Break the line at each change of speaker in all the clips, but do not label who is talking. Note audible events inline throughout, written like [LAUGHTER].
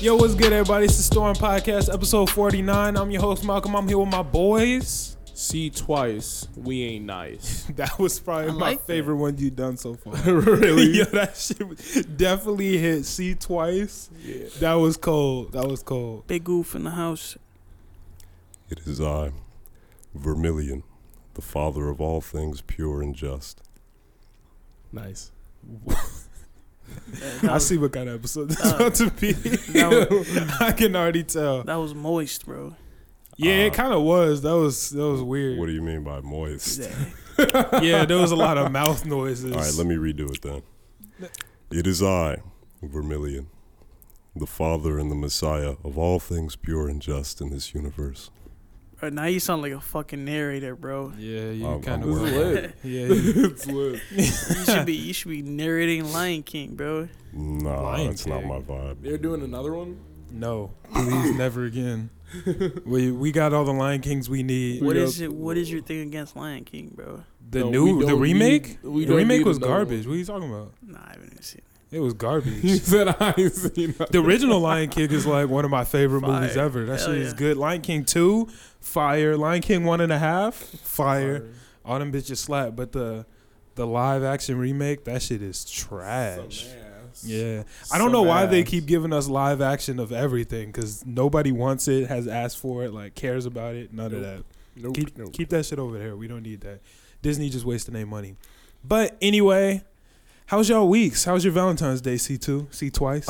Yo, what's good, everybody? It's the Storm Podcast, episode 49. I'm your host, Malcolm. I'm here with my boys.
See twice, we ain't
[LAUGHS]
nice.
That was probably
I
my
like
favorite one you done so far.
[LAUGHS] really?
[LAUGHS] Yo, that shit was- definitely hit C twice.
Yeah.
That was cold. That was cold.
Big goof in the house.
It is I, Vermilion, the father of all things pure and just.
Nice.
That
[LAUGHS] I
was,
see what kind of episode this is
Uh,
about to be. [LAUGHS] I can already tell.
that was moist, bro.
Yeah, it
Uh,
kind of was. That was that was weird.
What do you mean by moist?
[LAUGHS] yeah, there was a lot of mouth noises.
All right, let me redo it then. It is I, Vermilion, the father and the messiah of all things pure and just in this universe.
Bro, now you sound like a fucking narrator, bro.
yeah,
I'm-
you
I'm
kind of
with
were.
it.
lit.
Yeah,
[LAUGHS]
you-
it's lit.
You should be you should be narrating Lion King,
[LAUGHS]
bro.
Nah,
Lion
that's not
King.
my vibe.
They're doing another
[LAUGHS]
one.
no, please
[LAUGHS]
never again. We we got all the Lion Kings we need.
What
got-
is it? What is your thing against Lion King, bro?
The
No, we
new the
don't
remake?
need- we
the
don't
remake
need
was
another one.
garbage. What are you talking about?
Nah, I haven't even seen it.
It was
He [LAUGHS]
garbage.
said I ain't seen nothing.
the original Lion King is like one of my favorite
Fire.
movies ever. That
Hell
shit is
yeah.
good. Lion King two, fire. Lion King one and a half, fire. All them bitches slap. But the the live action remake, that shit is trash.
Some ass.
Yeah, I don't
Some
know why they
ass.
keep giving us live action of everything because nobody wants it, has asked for it, like cares about it, none of that.
Nope,
keep,
nope.
keep that shit over there. We don't need that. Disney just wasting their money. But anyway, how's y'all weeks? How's your Valentine's Day? See two, see twice.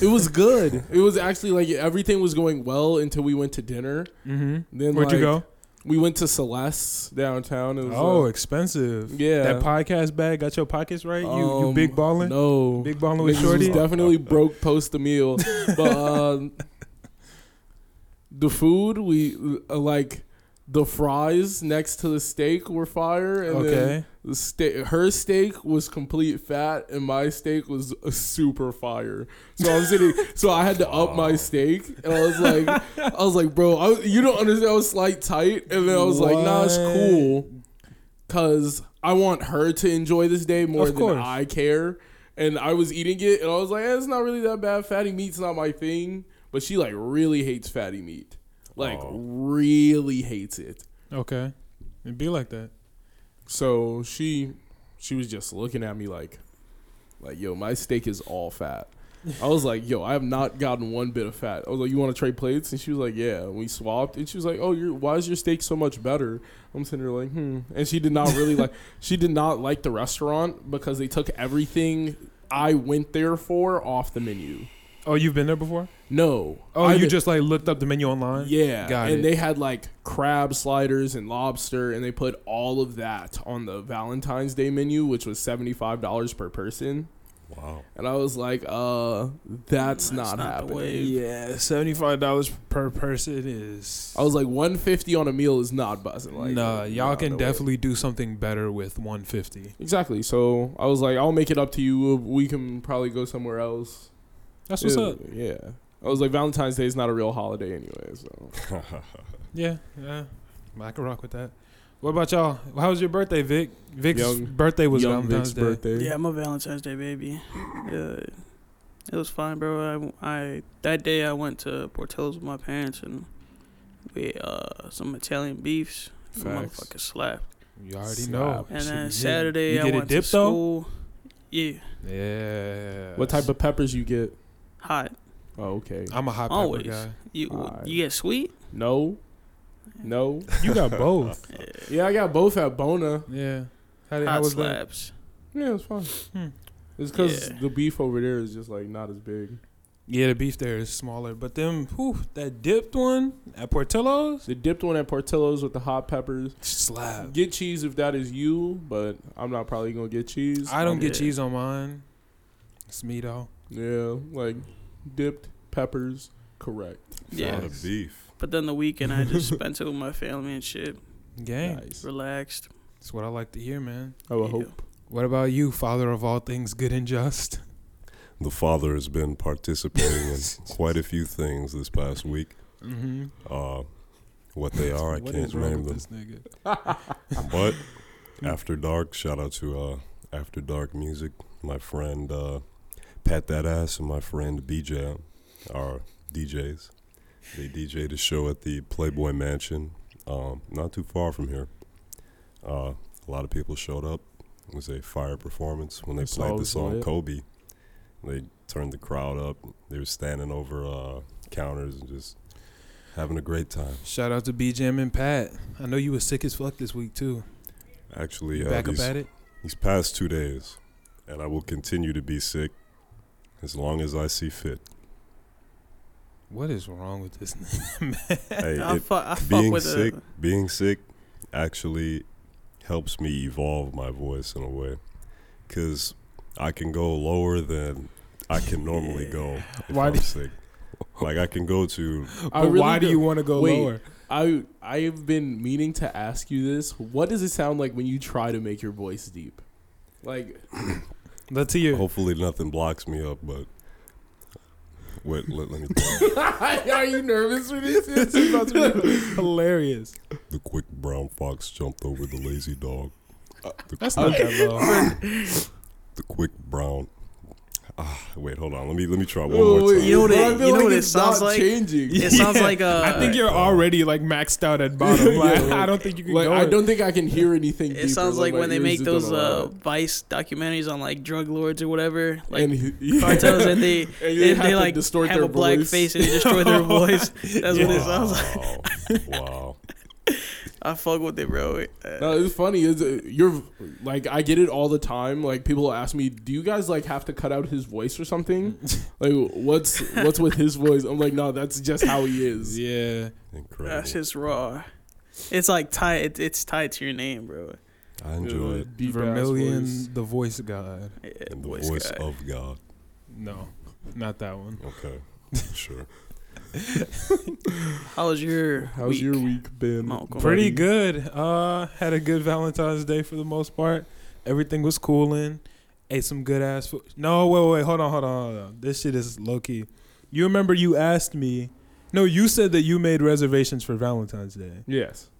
it was good. [LAUGHS] It was actually like everything was going well until we went to dinner.
mm-hmm.
Then
Where'd you
like,
go?
We went to Celeste's downtown. It was,
Oh,
uh,
expensive.
yeah.
That podcast bag got your pockets right. you you
Um,
big balling,
No,
big balling with
Niggas was
shorty.
definitely broke post the meal,
[LAUGHS]
but um, the food we uh, like the fries next to the steak were fire, and then
Okay,
the steak her steak was complete fat, and my steak was uh, super fire. So I'm sitting, so I had to up my steak, and I was like,
[LAUGHS]
I was like, bro, I, was- you don't understand. I was slight tight, and then I was like, nah, it's
What?
cool, cause I want her to enjoy this day more
Of
than
course.
I care. And I was eating it, and I was like, eh, it's not really that bad. Fatty meat's not my thing, but she like really hates fatty meat, like
Aw.
really hates it.
okay, it'd be like that.
So she she was just looking at me like like yo, my steak is all fat. I was like, yo, I have not gotten one bit of fat. I was like, you want to trade plates? And she was like, yeah. And we swapped, and she was like, oh, your why is your steak so much better? I'm sitting there like, hmm. And she did not really
[LAUGHS]
like. She did not like the restaurant because they took everything I went there for off the menu.
Oh, you've been there before?
No.
Oh,
I
you
did-
just like looked up the menu online?
yeah,
Got
and
it.
they had like crab sliders and lobster, and they put all of that on the Valentine's Day menu, which was seventy five dollars per person.
Wow. [LAUGHS]
And I was like, uh, that's,
That's
not,
not the
happening.
wave.
Yeah, seventy five dollars per person is.
I was like, one fifty on a meal is not buzzing. Like,
nah, y'all
nah,
can
no way.
definitely do something better with one fifty.
exactly. So I was like, I'll make it up to you. We can probably go somewhere else.
That's what's
Yeah,
up.
Yeah. I was like, Valentine's Day is not a real holiday anyway. So
Yeah, yeah, I can rock with that. What about y'all? How was your birthday, Vic? Vic's
Young-
birthday was
Young Vic's
Valentine's Day.
birthday.
Yeah, I'm a Valentine's Day baby. Yeah, it was fine, bro. I, I that day I went to Portillo's with my parents and we ate, uh some Italian beefs. The
Facts.
Motherfucker slapped.
You already
Slap.
know.
And
Shit
then
was
Saturday
hitting.
I
you get
went
a dip
to
though.
school. Yeah,
Yeah.
What type of peppers you get?
hot.
Oh, okay.
[LAUGHS] I'm a hot pepper
Always.
guy.
You
Alright.
you get sweet.
No. No.
You [LAUGHS] got both.
Yeah, I got both at Bona.
yeah. How, did- how
Hot
was that?
slaps.
Yeah, it's fine.
Hmm.
It's because
Yeah.
the beef over there is just like not as big.
Yeah, the beef there is smaller, but them, whew, that dipped one at Portillo's
The dipped one at Portillo's with the hot peppers.
slap.
Get cheese if that is you, but I'm not probably gonna get cheese.
I don't get
Yeah.
cheese on mine. It's me though.
Yeah, like dipped peppers. Correct.
Yeah.
Father beef.
But then the weekend I
[LAUGHS]
just spent it with my family and shit,
Gang.
Nice.
relaxed.
That's what I like to hear, man.
I would
Yeah.
hope.
What about you, father of all things good and just?
The father has been participating
[LAUGHS]
in quite a few things this past week.
Mm-hmm.
Uh, what they are, I can't name them.
This nigga?
But
Hmm.
After Dark, shout out to uh, After Dark Music, my friend uh, Pat That Ass and my friend BJ are DJs. They DJed a show at the Playboy Mansion, um, not too far from here. Uh, a lot of people showed up. It was a fire performance when they
That's
played the
always
song
lit.
Kobe. They turned the crowd up. They were standing over uh, counters and just having a great time.
Shout out to BJM and Pat. I know you were sick as fuck this week too.
Actually, uh,
Back up
these,
at it.
these past two days, and I will continue to be sick as long as I
[LAUGHS]
see fit.
What is wrong with this? nigga?
Hey,
I,
it-
fu- I fuck
being
with
sick,
the
being sick actually helps me evolve my voice in a way because I can go lower than I can normally go if
Why
I'm
do-
sick. Like I can go to
But why do you want to go
Wait.
lower?
I I've been meaning to ask you this. What does it sound like when you try to make your voice deep? Like [LAUGHS]
Let's hear. it.
hopefully nothing blocks me up, but wait,
[LAUGHS]
let, let me
Are you nervous for this? It's about to be-
[LAUGHS] Hilarious.
the quick brown fox jumped over the lazy dog. The
That's not that low.
[LAUGHS]
the quick brown. Ah, wait, hold on. Let me let me try one
Wait,
more
wait,
time.
Oh, You know what
bro,
it-
I feel
you know
like
what it
it's
sounds
not
like?
Changing.
It sounds like uh,
I think you're already like maxed out at bottom.
[LAUGHS] Yeah,
Like,
like-
I don't think you can
Like
go.
I don't think I can hear anything.
It
deeper
sounds
than
like
my
when they
ears is
make
gonna
those uh,
allow.
Vice documentaries on like drug lords or whatever, like
and, he-
[LAUGHS] cartels, and
[LAUGHS]
they
And
they,
they
they,
have to
like
distort
have
their
a black
voice.
face and they destroy their voice. That's what it sounds like.
like.
[LAUGHS]
Wow.
I fuck with it, bro. Uh,
[LAUGHS] No, it's funny. Is uh, you're like I get it all the time. Like people ask me, "Do you guys like have to cut out his voice or
[LAUGHS]
something? like what's what's with his voice?" I'm like, "No, that's just how he is."
Yeah.
Incredible.
That's just raw. It's like tied. It, it's tied to your name, bro.
I enjoy it.
Deep ass
Vermilion,
voice.
the voice god.
Yeah,
And the
voice
voice,
guy.
of God.
No, not that one.
Okay.
[LAUGHS]
Sure.
How was your
How's
week?
your week been?
Malcolm?
Pretty good. Uh, had a good Valentine's Day for the most part. Everything was cooling. Ate some good ass food. No, wait, wait, hold on, hold on, hold on. This shit is low key. You remember you asked me? No, you said that you made reservations for Valentine's Day,
Yes.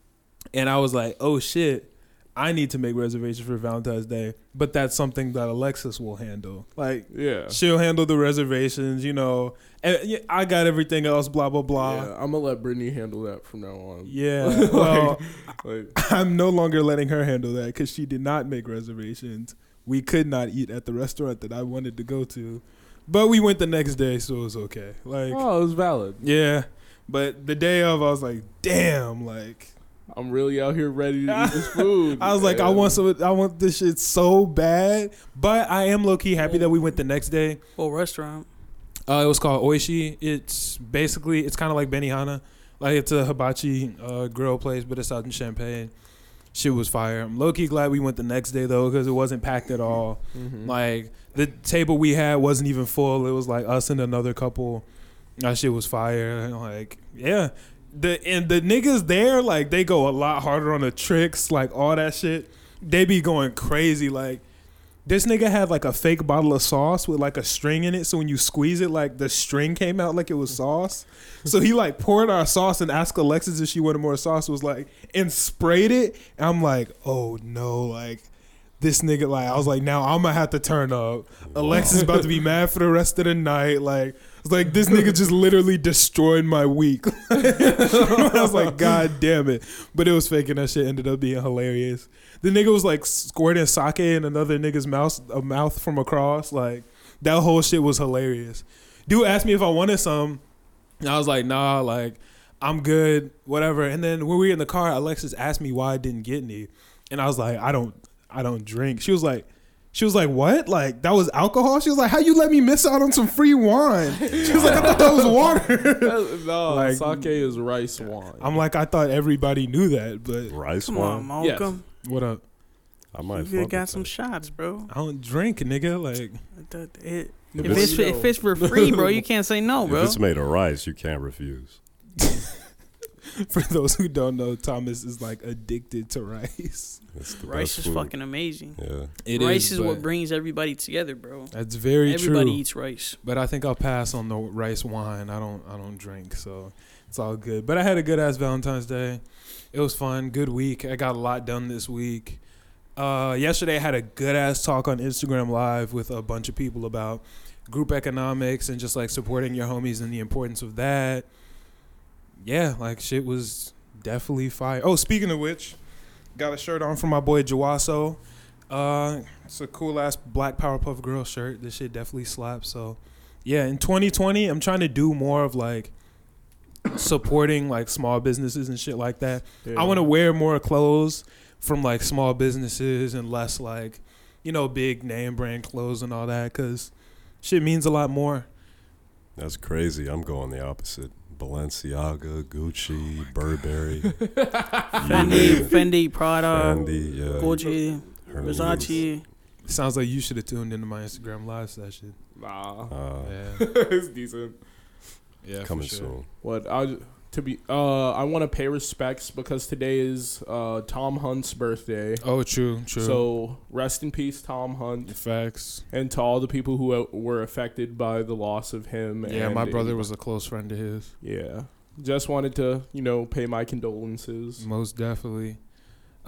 and I was like, oh shit. I need to make reservations for Valentine's Day, but that's something that Alexis will handle. Like,
Yeah.
she'll handle the reservations, you know. And yeah, I got everything else, blah, blah, blah.
Yeah, I'm gonna let Brittany handle that from now on.
Yeah.
[LAUGHS] Like-
[LAUGHS] well,
Like,
I'm no longer letting her handle that because she did not make reservations. We could not eat at the restaurant that I wanted to go to, but we went the next day, so it was okay. Like,
oh, it was valid.
yeah. But the day of, I was like, damn, like,
[LAUGHS] I'm really out here ready to
[LAUGHS]
eat this food.
I was like, I want
some.
so, I want this shit so bad. But I am low key happy that we went the next day.
Well, restaurant.
Uh, it was called Oishi. It's basically it's kind of like Benihana, like it's a hibachi uh, grill place, but it's out in Champagne. Shit was fire. I'm low key glad we went the next day though, because it wasn't packed at all.
Mm-hmm.
[LAUGHS] Like the table we had wasn't even full. It was like us and another couple. That shit was fire. Like yeah, the and the niggas there like they go a lot harder on the tricks, like all that shit. They be going crazy. Like this nigga had like a fake bottle of sauce with like a string in it. So when you squeeze it, like the string came out like it was sauce. So he like poured our sauce and asked Alexis if she wanted more sauce. Was like and sprayed it. And I'm like, oh no, like. This nigga, like, I was like, now I'm gonna have to turn up. Alexis about to be mad for the rest of the night. Like, it's like this nigga just literally destroyed my week. [LAUGHS] I was like, God damn it. But it was fake and that shit ended up being hilarious. The nigga was like squirting sake in another nigga's mouth a mouth from across. Like that whole shit was hilarious. Dude asked me if I wanted some. And I was like, nah, like, I'm good, whatever. And then when we were in the car, Alexis asked me why I didn't get any. And I was like, I don't I don't drink. She was like she was like, "What? Like that was alcohol?" She was like, "How you let me miss out on some free wine?" [LAUGHS] She was like, "I thought that was water." [LAUGHS]
no,
Like-
sake is rice wine.
I'm like, I thought everybody knew that, but
Rice
Come on,
wine.
Malcolm.
what up?
I might.
You
fuck
got
with
some
that.
shots, bro.
I don't drink, nigga. Like, [LAUGHS]
That- it-
The
if
If it's-
it's if it's for free, bro,
[LAUGHS]
[LAUGHS]
you can't say no,
If
bro.
it's made of rice, you can't refuse.
for those who don't know, Thomas is like addicted to rice.
It's the
Rice
best
is
food.
fucking amazing.
Yeah.
It
rice is, what brings everybody together, bro.
That's very
everybody
true.
eats rice.
But I think I'll pass on the rice wine. I don't. I don't drink, so it's all good. But I had a good ass Valentine's Day. It was fun. Good week. I got a lot done this week. Uh, yesterday I had a good ass talk on Instagram Live with a bunch of people about group economics and just like supporting your homies and the importance of that. Yeah, like shit was definitely fire. Oh, speaking of which, got a shirt on from my boy Jawaso. Uh, it's a cool ass black Powerpuff Girl shirt. This shit definitely slaps. So, yeah, in 2020, I'm trying to do more of like supporting like small businesses and shit like that. I want to wear more clothes from like small businesses and less like, you know, big name brand clothes and all that because shit means a lot more.
That's crazy. I'm going the opposite. Balenciaga, Gucci, Burberry,
Oh [LAUGHS] Fendi,
Fendi,
Fendi, Prada,
Fendi, yeah,
Gucci,
Hermes.
Versace.
Sounds like you should have tuned into my Instagram live session. [LAUGHS]
Nah,
Uh,
Yeah.
it's decent.
Yeah.
coming soon.
What I to be? Uh, I want to pay respects because today is uh Tom Hunt's birthday.
Oh, true, true.
So rest in peace, Tom Hunt,
facts.
and to all the people who uh, were affected by the loss of him.
Yeah,
and
my brother was a close friend of his.
Yeah, just wanted to you know pay my condolences.
Most definitely.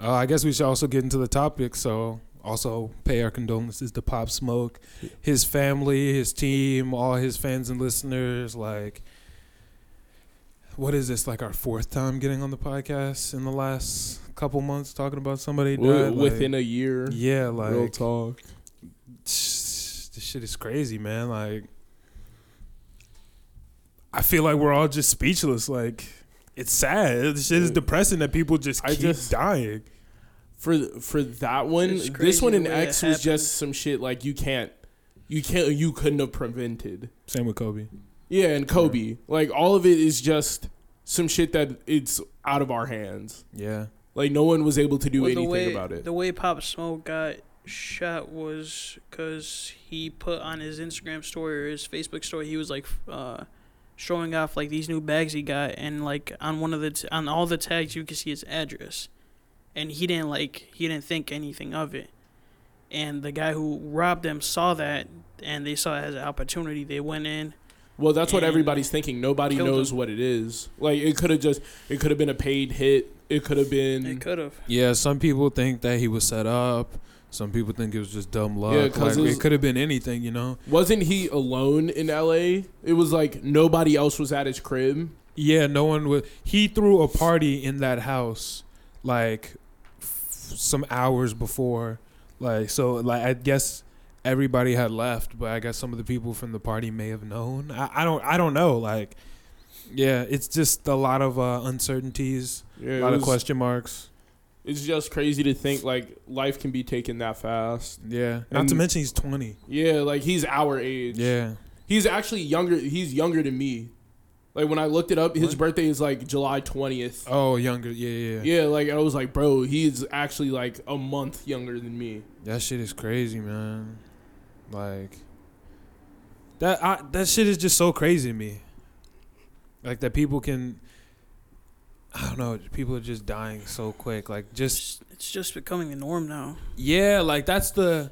Uh, I guess we should also get into the topic. So, also pay our condolences to Pop Smoke, his family, his team, all his fans and listeners. Like, what is this? Like our fourth time getting on the podcast in the last couple months talking about somebody
Wi-
died. like-
within a year,
yeah,
real
like
talk.
this shit is crazy, man. Like, I feel like we're all just speechless. Like, it's sad. This shit is
Dude.
depressing that people just
I
keep
just-
dying.
For for that one,
It's
this one
crazy
in
the way it
X was
happened.
just some shit like you can't, you can't, you couldn't have prevented.
Same with Kobe.
Yeah, and Kobe. Like all of it is just some shit that it's out of our hands.
Yeah.
Like no one was able to do
Well,
anything
the way,
about it.
The way Pop Smoke got shot was because he put on his Instagram story or his Facebook story, he was like uh, showing off like these new bags he got, and like on one of the t- on all the tags you could see his address, and he didn't like he didn't think anything of it, and the guy who robbed them saw that, and they saw it as an opportunity. They went in.
well, that's what
and
everybody's thinking. Nobody
killed
knows
him.
what it is. Like it could have just it could have been a paid hit. It could have
They
been
could have.
Yeah. Some people think that he was set up. Some people think it was just dumb luck.
Yeah, 'cause
Like,
it was-
it could have been anything, you know.
wasn't he alone in LA? It was like nobody else was at his crib.
Yeah, no one would. He threw a party in that house like f- some hours before. Like so, like I guess everybody had left, but I guess some of the people from the party may have known. I, I don't. I don't know. Like, yeah, it's just a lot of uh, uncertainties,
Yeah,
a
it
lot of
was-
question marks.
It's just crazy to think like life can be taken that fast.
Yeah, not to
And-
mention he's twenty.
Yeah, like he's our age.
Yeah,
He's actually younger. He's younger than me. Like when I looked it up, his
What?
birthday is like July twentieth.
oh, younger. Yeah, yeah, yeah.
Yeah, like I was like, bro, he's actually like a month younger than me.
That shit is crazy, man. Like that I, that shit is just so crazy to me. Like that people can I don't know, people are just dying so quick. Like just
It's, it's just becoming the norm now.
yeah, like that's the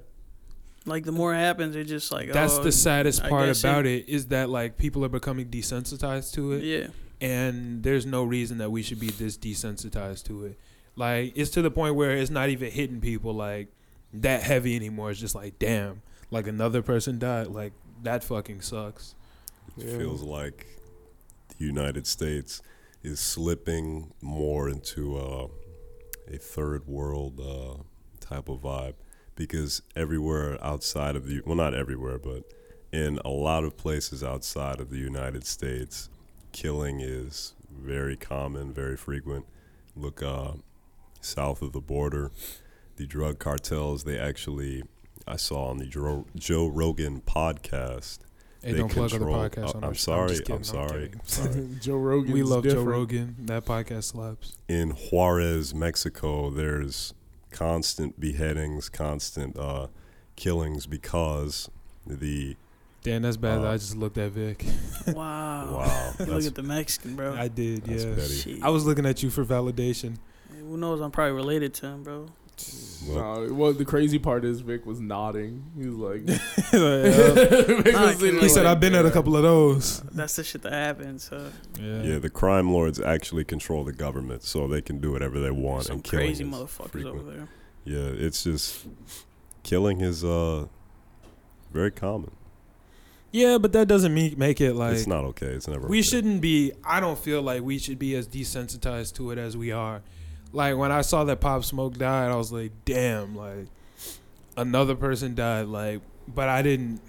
Like the more it happens, it's just like
that's
oh,
the saddest
I
part
guess it-
about it is that like people are becoming desensitized to it
Yeah.
and there's no reason that we should be this desensitized to it. Like it's to the point where it's not even hitting people like that heavy anymore. It's just like damn, like another person died. Like that fucking sucks.
It
Yeah.
feels like the United States is slipping more into uh, a third world uh, type of vibe because everywhere outside of the well, not everywhere, but in a lot of places outside of the United States, killing is very common, very frequent. Look uh, south of the border, the drug cartels. They actually, I saw on the Joe, Joe Rogan podcast.
Hey,
They
don't plug other
control-
podcasts.
uh,
on
I'm
our-
sorry,
just
I'm sorry,
kidding.
sorry.
[LAUGHS] Joe Rogan.
we love Joe Rogan. That podcast slaps.
in Juarez, Mexico, there's constant beheadings, constant uh, killings because the
Damn, that's bad. that
Uh,
I just looked at Vic.
Wow.
[LAUGHS] wow,
[LAUGHS] Look
that's,
at the Mexican, bro.
I did.
that's
Yeah.
petty.
Shit.
I was looking at you for validation.
Who knows? I'm probably related to him, bro.
Well,
Nah, well, the crazy part is Vic was nodding. He was [LAUGHS] like,
[LAUGHS] he
Vic
Nah,
was sitting there
said,
like,
"I've been at a couple of those."
Uh, That's the shit that happens. So
yeah, the crime lords actually control the government, so they can do whatever they want
some
and killing.
crazy
is-
motherfuckers
frequent.
over there.
Yeah, it's just killing is uh, very common.
Yeah, but that doesn't me- make it like
it's not okay. It's never.
we
okay.
shouldn't be i don't feel like we should be as desensitized to it as we are like when i saw that pop smoke died i was like damn like another person died like but i didn't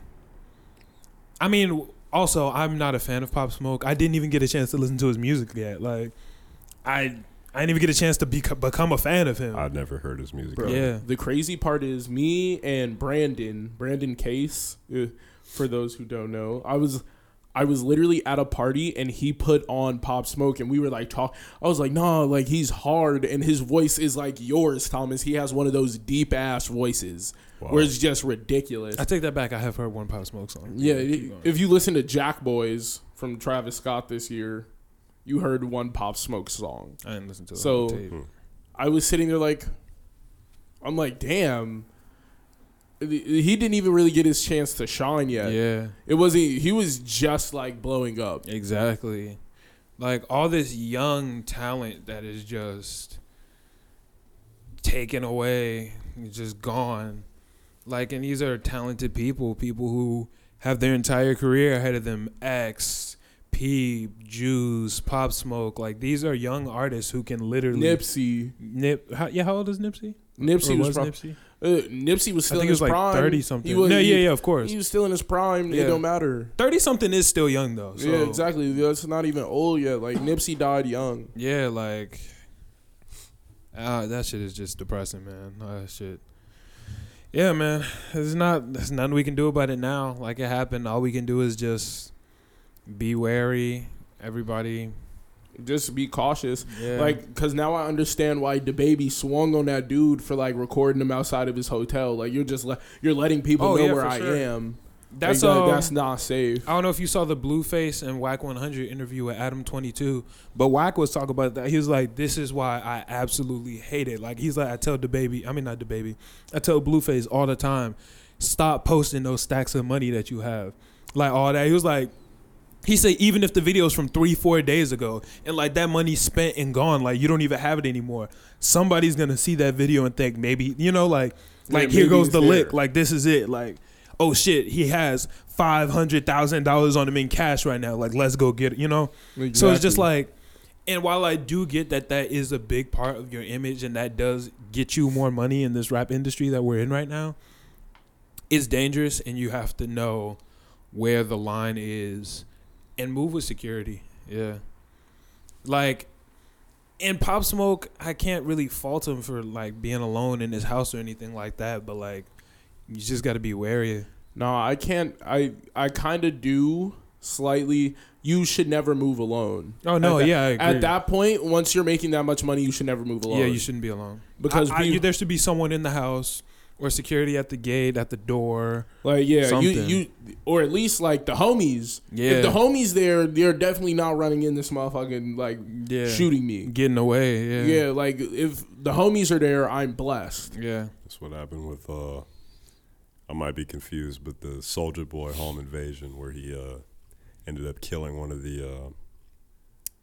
i mean also i'm not a fan of pop smoke i didn't even get a chance to listen to his music yet like i i didn't even get a chance to be, become a fan of him
I never heard his music.
Bro,
Yeah.
The crazy part is me and Brandon, Brandon Case, uh, for those who don't know, I was I was literally at a party and he put on Pop Smoke and we were like talk I was like, "Nah, like he's hard and his voice is like yours, Thomas. He has one of those deep ass voices
Wow.
where it's just ridiculous."
i take that back i have heard one pop smoke song
yeah,
Keep going.
if you listen to Jack Boys from Travis Scott this year, you heard one Pop Smoke song.
i didn't listen to it
So-
tape.
I was sitting there like, I'm like, damn. He didn't even really get his chance to shine yet.
yeah
It wasn't. He was just like blowing up.
Exactly. Like all this young talent that is just taken away, just gone. Like, and these are talented people, people who have their entire career ahead of them. X, P, Juice, Pop Smoke. Like, these are young artists who can literally.
Nipsey.
Nip. How, yeah, how old is Nipsey?
Nipsey
Or
was,
was
prob-
Nipsey?
uh, Nipsey was
I
still in
think he
his
was like
prime.
30
He
something.
was-
no,
he-
yeah, yeah, of course.
He was still in his prime.
Yeah.
It don't matter.
30 something is still young, though. So.
yeah, exactly. That's not even old yet. Like Nipsey died young.
Yeah, like ah, that shit is just depressing, man. Ah, That shit. Yeah, man. There's not there's nothing we can do about it now. Like it happened. All we can do is just be wary. Everybody.
Just be cautious.
Yeah.
Like, cause now I understand why the baby swung on that dude for like recording him outside of his hotel. Like you're just le- you're letting people
Oh,
know
yeah,
where
for
I
sure.
am.
that's um,
Like, that-
all
that's not safe.
I don't know if you saw the Blueface and Whack 100 interview with Adam 22, but Whack was talking about that. He was like, "This is why I absolutely hate it." Like he's like, "I tell the baby, I mean not the baby, I tell Blueface all the time, stop posting those stacks of money that you have, like all that." He was like, he said even if the video's from three, four days ago, and like that money's spent and gone, like you don't even have it anymore. Somebody's gonna see that video and think maybe you know, like,
Yeah,
like here
maybe
goes
it's
the
there.
lick, like this is it, like oh shit, he has five hundred thousand dollars on him in cash right now. Like, let's go get it. You know. So it's just
Exactly.
like, and while I do get that that is a big part of your image and that does get you more money in this rap industry that we're in right now, it's dangerous and you have to know where the line is and move with security. Yeah. Like, and Pop Smoke, I can't really fault him for like being alone in his house or anything like that, but like, you just got to be wary.
No, I can't. I I kind of do slightly. You should never move alone.
Oh no,
At that-
yeah, I agree.
At that point, once you're making that much money, you should never move alone.
yeah, you shouldn't be alone.
because
I- I-
we,
you- there should be someone in the house or security at the gate at the door.
like yeah,
something.
you you or at least like the homies.
Yeah,
If the homies there, they're definitely not running in this motherfucking like
yeah,
shooting me.
getting away.
Yeah.
Yeah,
like if the homies are there, I'm blessed.
yeah,
That's what happened with uh I might be confused, but the Soldier Boy home invasion where he uh ended up killing one of the uh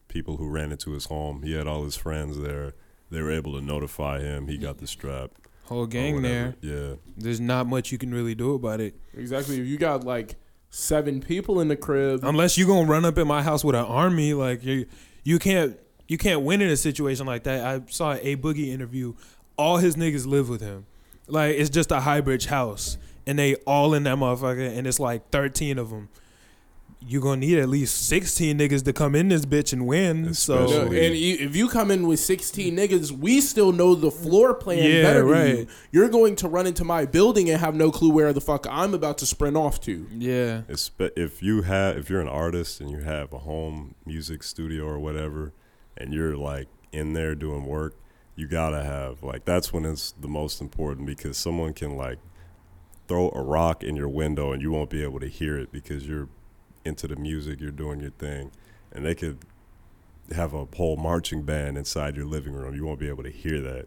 people who ran into his home. He had all his friends there. They were able to notify him. He got the strap. or
whole gang there.
whatever. Yeah.
There's not much you can really do about it
Exactly. If you got like seven people in the crib,
unless you gonna run up in my house with an army. Like you, you can't, you can't win in a situation like that. I saw a boogie interview. All his niggas live with him. Like it's just a high bridge house, and they all in that motherfucker, and it's like 13 of them. You gonna need at least 16 niggas to come in this bitch and win. so
No,
Especially-
and you, if you come in with 16 niggas, we still know the floor plan
Yeah,
better than you.
right.
You're going to run into my building and have no clue where the fuck I'm about to sprint off to.
yeah.
Espe- if you have if you're an artist and you have a home music studio or whatever and you're like in there doing work you gotta have like that's when it's the most important because someone can like throw a rock in your window and you won't be able to hear it because you're into the music you're doing your thing and they could have a whole marching band inside your living room you won't be able to hear that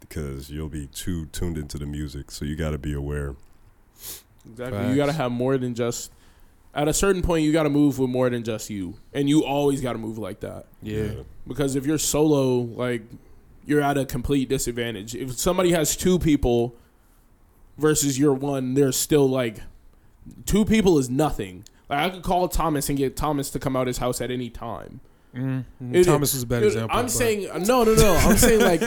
because you'll be too tuned into the music so you got to be aware
Exactly.
Facts.
You got to have more than just. At a certain point, you got to move with more than just you. And you always got to move like that.
Yeah.
Because if you're solo, like, you're at a complete disadvantage. If somebody has two people versus your one, they're still like. Two people is nothing. Like I could call Thomas and get Thomas to come out his house at any time.
Mm,
It-
Thomas was a bad
Dude,
example.
I'm
but-
saying uh, no, no, no. I'm saying
[LAUGHS]
like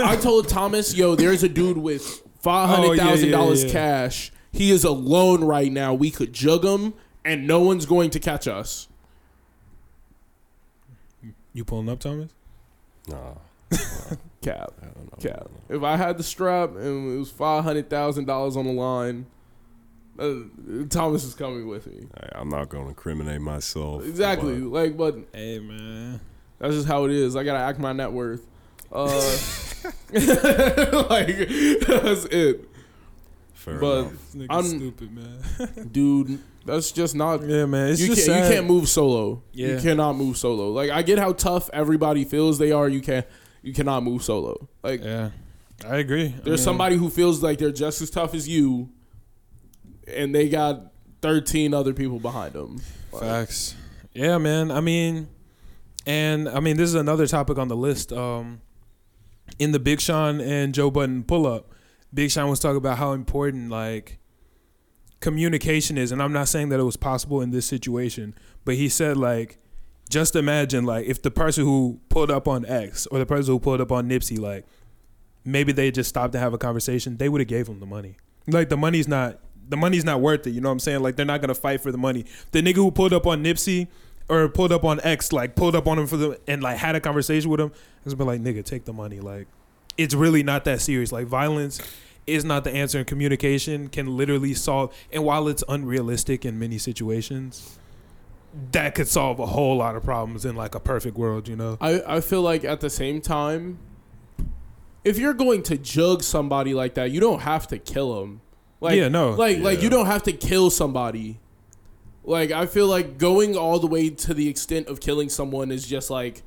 I told Thomas, yo, there's a dude with five
Oh,
hundred
yeah,
thousand dollars
yeah, yeah.
cash. He is alone right now. We could jug him, and no one's going to catch us.
you pulling up, Thomas.
Nah,
Cap,
I don't know.
cap. If I had the strap and it was five hundred thousand dollars on the line, uh, Thomas is coming with me.
I, am not going to incriminate myself.
Exactly. Like, but
Hey man,
That's just how it is. I gotta act my net worth. Uh, [LAUGHS] like [LAUGHS] that's it,
but Fair
But-
enough.
this nigga's
I'm-
stupid man.
dude. That's just not.
[LAUGHS] yeah man, it's
you
just
can't. You
sad.
can't move solo. You
Yeah.
cannot move solo. Like I get how tough everybody feels they are. You can't. You cannot move solo. Like
Yeah, I agree. I
there's
mean,
somebody who feels like they're just as tough as you, and they got 13 other people behind them. Like,
Facts. Yeah, man. I mean, and I mean, this is another topic on the list. Um, in the Big Sean and Joe Button pull up, Big Sean was talking about how important like communication is, and I'm not saying that it was possible in this situation, but he said like, just imagine like if the person who pulled up on X or the person who pulled up on Nipsey like. Maybe they just stopped to have a conversation. They would have gave him the money. Like the money's not the money's not worth it. You know what I'm saying? Like they're not gonna fight for the money the nigga who pulled up on Nipsey or pulled up on X, like pulled up on him for the and like had a conversation with him, has been like, nigga, take the money. Like, it's really not that serious. Like, violence is not the answer, and communication can literally solve. And while it's unrealistic in many situations, that could solve a whole lot of problems in like a perfect world. You know?
I, I feel like at the same time, if you're going to jug somebody like that, you don't have to kill them. Like,
Oh, yeah. No.
like like
Yeah.
you don't have to kill somebody. Like I feel like going all the way to the extent of killing someone is just like,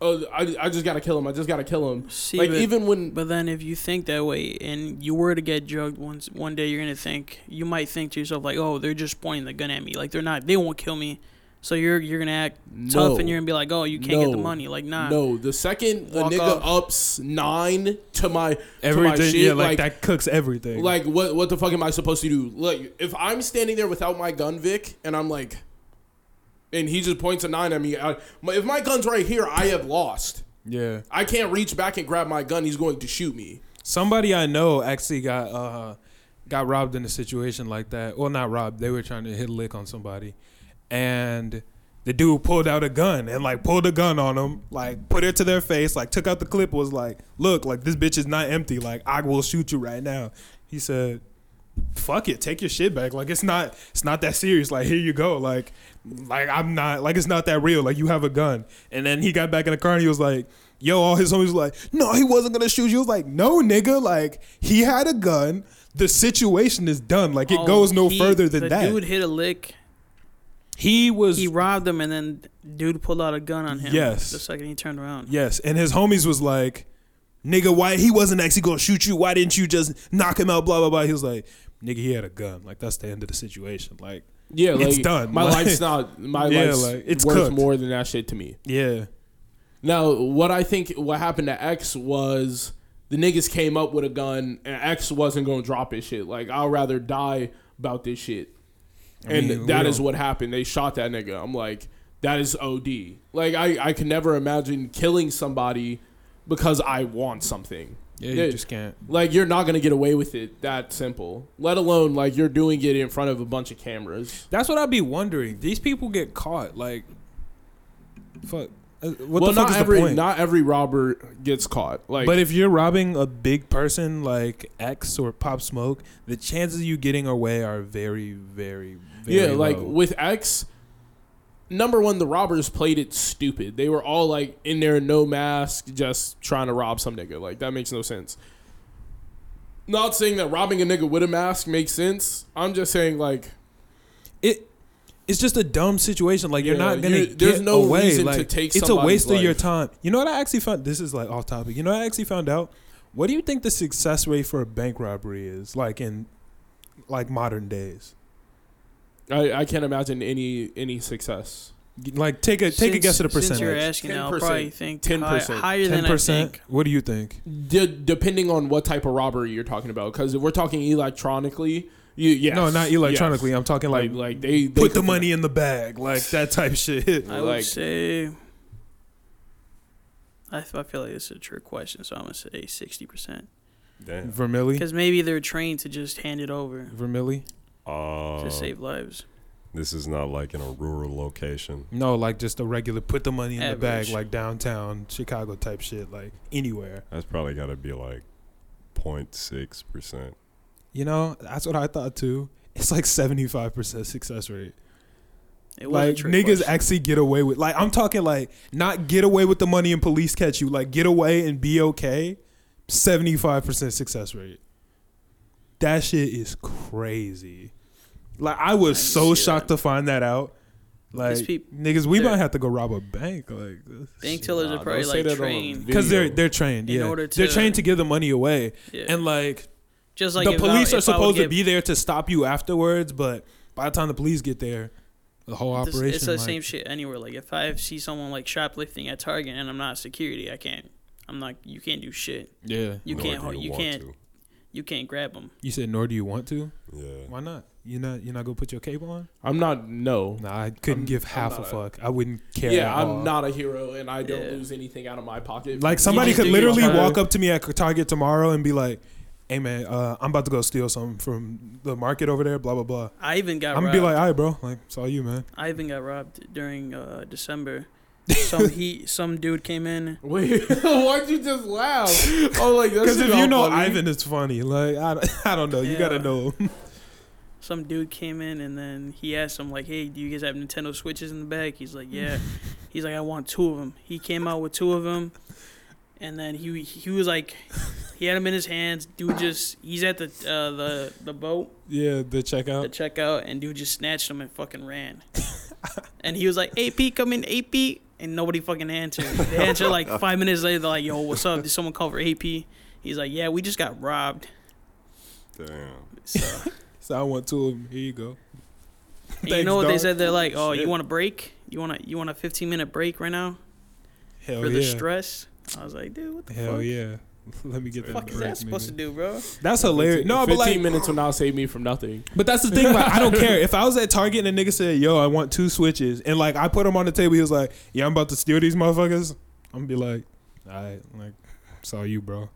oh, I, I just gotta kill him. I just gotta kill him.
See,
like
but,
even when
but then if you think that way and you were to get drugged once one day, you're gonna think you might think to yourself like, oh, they're just pointing the gun at me. Like they're not. They won't kill me. So you're you're gonna act
no,
tough and you're gonna be like, oh, you can't get the
No.
money. Like nah.
no, the second a
Walk
nigga
off.
ups nine to my to my
everything.
shit,
yeah.
like
Like, that cooks everything.
Like what what the fuck am I supposed to do? Like if I'm standing there without my gun, Vic, and I'm like, and he just points a nine at me. I, my- if my gun's right here, I have lost.
yeah.
I can't reach back and grab my gun. He's going to shoot me.
Somebody I know actually got uh got robbed in a situation like that. Well, not robbed. They were trying to hit a lick on somebody, and the dude pulled out a gun and like pulled a gun on them, like put it to their face, like took out the clip, was like, "Look, like this bitch is not empty. Like I will shoot you right now." He said. Fuck it, take your shit back. Like it's not, it's not that serious. Like here you go. Like, like I'm not, like it's not that real. Like you have a gun. And then he got back in the car and he was like, Yo, all his homies were like, no, he wasn't gonna shoot you. He was like, no, nigga, like he had a gun. The situation is done. Like it
Oh,
goes no
he-
further than
the
that.
Dude hit a lick.
he was
He robbed him, and then dude pulled out a gun on him.
Yes.
The second he turned around.
yes, and his homies was like, nigga, why he wasn't actually gonna shoot you? Why didn't you just knock him out? Blah blah blah. He was like, nigga, he had a gun. Like that's the end of the situation. Like
Yeah,
It's like, done.
My
Like- [LAUGHS]
life's not. My
Yeah,
life's
like, it's
worth
cooked.
more than that shit to me.
yeah,
Now, what I think what happened to X was the niggas came up with a gun and X wasn't gonna drop his shit. Like I'd rather die about this shit. and
mean,
that
we
is
don't-
what happened. They shot that nigga. I'm like, that is OD. Like I, I can never imagine killing somebody because I want something.
yeah,
Yeah.
you just can't.
Like you're not gonna get away with it that simple. Let alone like you're doing it in front of a bunch of cameras.
That's what I'd be wondering. These people get caught. Like, fuck. Uh, What
well,
the fuck
not
is
every
the point?
not every robber gets caught. Like,
but if you're robbing a big person like X or Pop Smoke, the chances of you getting away are very, very, very
yeah, like
low.
with X, number one, the robbers played it stupid. They were all like in there, no mask, just trying to rob some nigga. Like that makes no sense. Not saying that robbing a nigga with a mask makes sense. I'm just saying like
it. It's just a dumb situation. Like you're
Yeah,
not gonna.
you-
get
there's no
away.
reason to
like,
take
It's a
somebody's
waste of your
life.
time. You know what I actually found? This is like off topic. You know what I actually found out? What do you think the success rate for a bank robbery is? Like in, like modern days.
I, I can't imagine any any success.
Like take a take a
Since-
guess at a
Since you're
percentage.
asking, I'll probably
10%.
think
10%.
high, higher than
Ten
I think.
percent. What do you think?
De- depending on what type of robbery you're talking about, because if we're talking electronically, Yeah, yes,
No, not electronically.
yes.
I'm talking like,
Like, like they, they
put the money in the bag, like
[LAUGHS]
that type shit.
I
Like-
would say. I, f- I feel like this is a trick question, so I'm gonna say sixty percent.
Damn.
Vermilly,
Because maybe they're trained to just hand it over
Vermilly.
Uh,
to save lives.
this is not like in a rural location.
No, like just a regular put the money in the bag,
Average.
like downtown Chicago type shit, like anywhere.
That's probably got to be like 06 percent.
You know, that's what I thought too. It's like seventy five percent success rate.
It was
Like
a trick
niggas
question.
actually get away with like I'm talking like not get away with the money and police catch you. Like get away and be okay. Seventy five percent success rate. That shit is crazy. Like I was
I can
so
see
shocked
that.
to find that out. Like
These peop-
niggas, we
they're-
might have to go rob a bank. Like this
bank
shit-
tellers
Nah,
are probably
don't say
like
that on
trained.
because they're
video.
they're trained.
In
yeah,
order
they're
to-
trained to give the money away,
Yeah.
and like
just like
the
if I-
police
if I
are
would
supposed to
get-
be there to stop you afterwards, but by the time the police get there, the whole
this-
operation.
It's the
like,
same shit anywhere. Like if I see someone like shoplifting at Target and I'm not security, I can't. I'm not. You can't do shit.
Yeah,
You
Nor
can't.
do
hold- You
want
can't.
to.
You can't grab them.
you said nor do you want to?
Yeah.
Why not? You not you not gonna put your cape on?
I'm not no.
Nah, I couldn't
I'm-
give
I'm
half a
not a-
fuck. I I wouldn't care.
Yeah,
at all.
I'm not a hero, and I don't
Yeah.
lose anything out of my pocket.
uh, Like somebody
just
could
do your
literally
job.
walk up to me at Target tomorrow and be like, "Hey man, uh, I'm about to go steal something from the market over there." Blah blah blah.
I even got.
I'm gonna
robbed.
be like, "All right, bro. Like, it's all you, man."
I even got robbed during uh, December. Some he some dude came in.
[LAUGHS] Wait, why'd you just laugh? Oh, like
Because
because
if you know
funny.
Ivan, it's funny. Like I, [LAUGHS] don't- I don't know. You gotta
Yeah.
know. him. [LAUGHS]
Some dude came in and then he asked him like, "Hey, do you guys have Nintendo Switches in the back?" He's like, "Yeah." He's like, "I want two of them." He came out with two of them, and then he he was like, he had them in his hands. Dude just he's at the uh, the the boat.
Yeah, the
the
checkout.
checkout, and dude just snatched him and
[LAUGHS]
fucking ran. and he was like, "AP, come in, AP," and nobody
[LAUGHS]
fucking answered. They answered like five minutes later. They're like, "Yo, what's up? Did someone call for AP?" He's like, "Yeah, we just got robbed."
Damn.
So
So I want two of them. Here you go.
and you
Thanks,
know what they
dog.
said? They're like, "Oh,
Shit.
you want a break? You want a you want a 15 minute break right now
Hell
for
Oh, yeah.
the stress?" I was like, "Dude, what the
Hell
fuck?
yeah. Let me get
The fuck is that supposed to do, bro?"
That's hilarious. No, but
15
like,
minutes will not save me from nothing.
but that's the thing. Like, I don't care if I was at Target and a nigga said, "Yo, I want two switches," and like I put them on the table. He was like, "Yeah, I'm about to steal these motherfuckers." I'm gonna be like, "All right, like, it's all you, bro.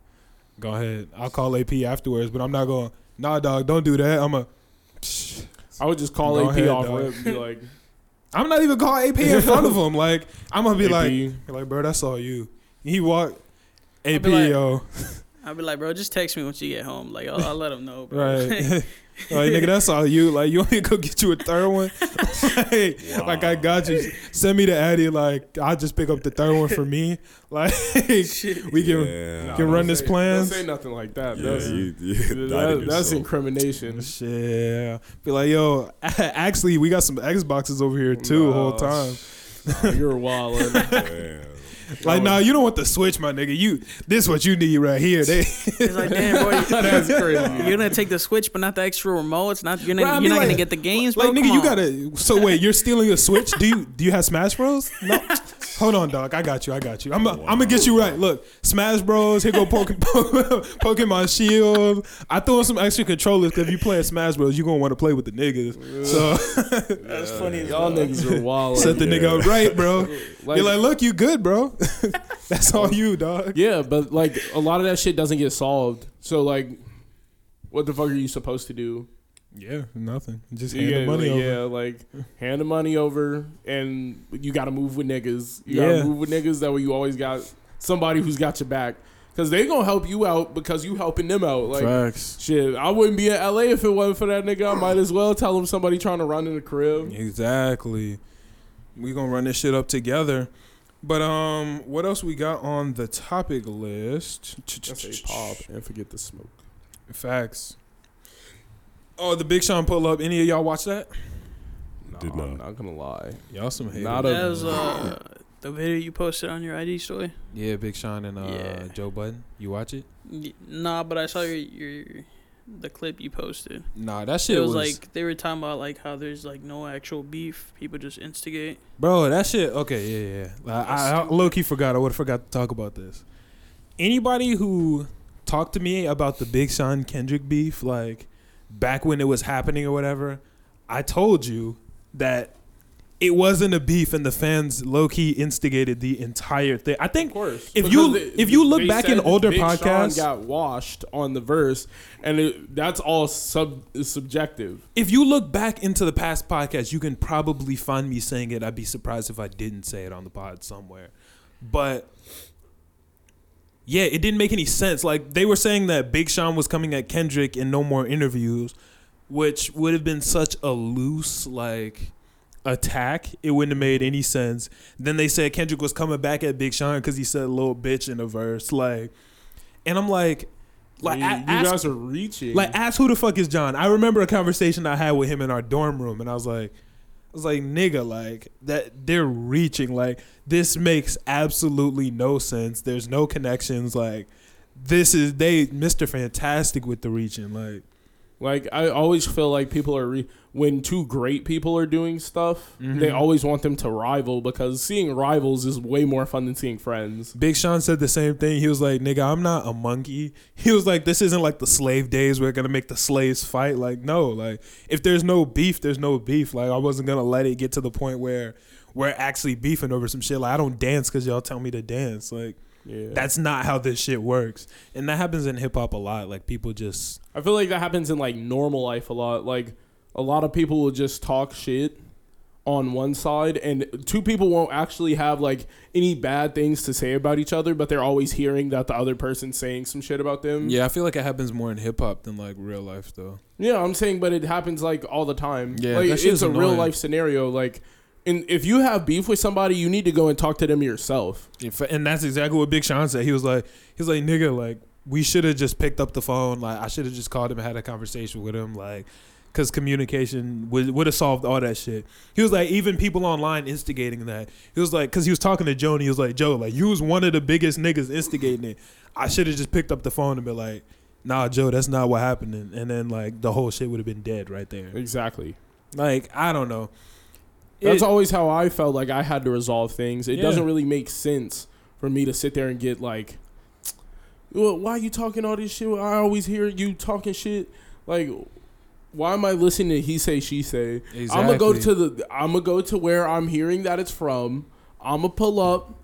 Go ahead. I'll call AP afterwards, but I'm not going. Nah, dog, don't do that. I'm a.
I would just call
Go
AP
ahead,
off
dog.
rip and be
[LAUGHS]
like,
[SNIFFS] I'm not even calling AP
[LAUGHS]
in front of him. Like, I'm gonna be
AP,
like, like, bro, that's all you. He walked.
I'll
AP,
be like-
yo.
I'd be like, "Bro, just text me once you get home. Like, I'll, I'll let them know, bro."
Right. [LAUGHS] like,
[LAUGHS]
nigga, that's all you. Like, you want me to go get you a third
[LAUGHS]
one? like, [LAUGHS] like, I got you. Send me the Addy. Like, I'll just pick up the third one for me. [LAUGHS] Like, we can.
yeah.
Nah,
can
don't
run this
say-
plans.
Don't say nothing like that.
Yeah,
[LAUGHS]
that's
you, you
that- that's
indicted yourself.
incrimination.
Shit. Be like, yo, [LAUGHS] actually, we got some Xboxes over here too,
Nah,
whole time.
nah, you're wild.
Damn.
Like, nah, you don't want the Switch, my nigga. You, this what you need right here. They,
It's like, damn,
[LAUGHS]
bro,
that's crazy.
You're gonna take the Switch, but not the extra remote. It's not you're,
Bro, I
not
mean,
you're not
like-
gonna get the games, bro.
like, nigga,
Come
you
on.
gotta. So wait, you're stealing a Switch? Do you do you have Smash Bros? [LAUGHS] No. Hold on, dog. I got you. I got you. I'm I'm gonna get you right. Look, Smash Bros. Here go Poke- [LAUGHS] Pokemon Shield. I threw in some extra controllers because if you playing Smash Bros, you gonna want to play with the niggas. So
[LAUGHS] That's funny. Y'all niggas are wild.
[LAUGHS] set the nigga up right, bro. [LAUGHS]
Like-
You're like, look, you good, bro. [LAUGHS] That's all you, dog.
yeah, but like a lot of that shit doesn't get solved. So like, what the fuck are you supposed to do?
Yeah, nothing. Just
You
hand
get-
the money
like,
over.
Yeah, like hand the money over, and you got to move with niggas. You got
Yeah.
to move with niggas. That way, you always got somebody who's got your back because they gonna help you out because you helping them out. Like.
Facts.
Shit, I wouldn't be in LA if it wasn't for that nigga. I might as well tell him somebody trying to run in the crib.
Exactly. We gonna run this shit up together. But um, what else we got on the topic list?
Just say pop and forget the smoke.
Facts. Oh, the Big Sean pull up. Any of y'all watch that?
No,
Did
I'm
not.
not gonna lie.
Y'all some haters.
Not
That was uh, the video you posted on your ID story.
yeah, Big Sean and uh,
Yeah.
Joe Budden. You watch it?
Y- Nah, but I saw your your the clip you posted.
Nah, that
It,
shit
was, like they were talking about like how there's like no actual beef. People just instigate.
bro. That shit. Okay, yeah, yeah. Like, I, I low key forgot. I would have forgot to talk about this. Anybody who talked to me about the Big Sean Kendrick beef, like back when it was happening or whatever, I told you that it wasn't a beef and the fans low key instigated the entire thing. I think
course.
If you-
Because
if you look
they
back in
said
older
Big Sean
podcasts-
got washed on the verse, and it, that's all sub is subjective.
if you look back into the past podcasts, you can probably find me saying it. I'd be surprised if I didn't say it on the pod somewhere. But yeah, it didn't make any sense. Like they were saying that Big Sean was coming at Kendrick in no more interviews, which would have been such a loose like attack. It wouldn't have made any sense. Then they said Kendrick was coming back at Big Sean because he said "little bitch" in a verse. Like, and I'm like, like
you,
a-
you
ask-
guys are reaching.
like, ask who the fuck is John. I remember a conversation I had with him in our dorm room, and I was like, I was like, nigga, like that they're reaching. Like this makes absolutely no sense. There's no connections. Like this is they Mr. Fantastic with the reaching. Like
Like I always feel like people are re- when two great people are doing stuff, they
Mm-hmm.
always want them to rival because seeing rivals is way more fun than seeing friends.
Big Sean said the same thing. He was like, nigga, I'm not a monkey. He was like, this isn't like the slave days where we're gonna make the slaves fight. Like, no, like if there's no beef, there's no beef. Like I wasn't gonna let it get to the point where we're actually beefing over some shit. Like I don't dance because y'all tell me to dance. Like
Yeah,
that's not how this shit works. And that happens in hip hop a lot. Like people just
I feel like that happens in like normal life a lot. Like a lot of people will just talk shit on one side and two people won't actually have like any bad things to say about each other, but they're always hearing that the other person's saying some shit about them.
Yeah, I feel like it happens more in hip hop than like real life though.
Yeah, I'm saying, but it happens like all the time.
Yeah,
like,
that shit
it's
is
a real
annoying.
life scenario. Like, and if you have beef with somebody, you need to go and talk to them yourself.
If- And that's exactly what Big Sean said. He was like, he was like, nigga, like we should have just picked up the phone. Like I should have just called him and had a conversation with him. Like, cause communication would would have solved all that shit. He was like, even people online instigating that. He was like, cause he was talking to Joe and he was like, Joe, like you was one of the biggest niggas instigating it. I should have just picked up the phone and been like, Nah, Joe, that's not what happened. And and then like the whole shit would have been dead right there.
Exactly.
Like I don't know.
That's
It-
always how I felt like I had to resolve things. It
Yeah.
doesn't really make sense for me to sit there and get like, "Well, why are you talking all this shit? I always hear you talking shit. Like, why am I listening to he say, she say? I'm gonna go to the. I'm gonna go to where I'm hearing that it's from. I'm gonna pull up,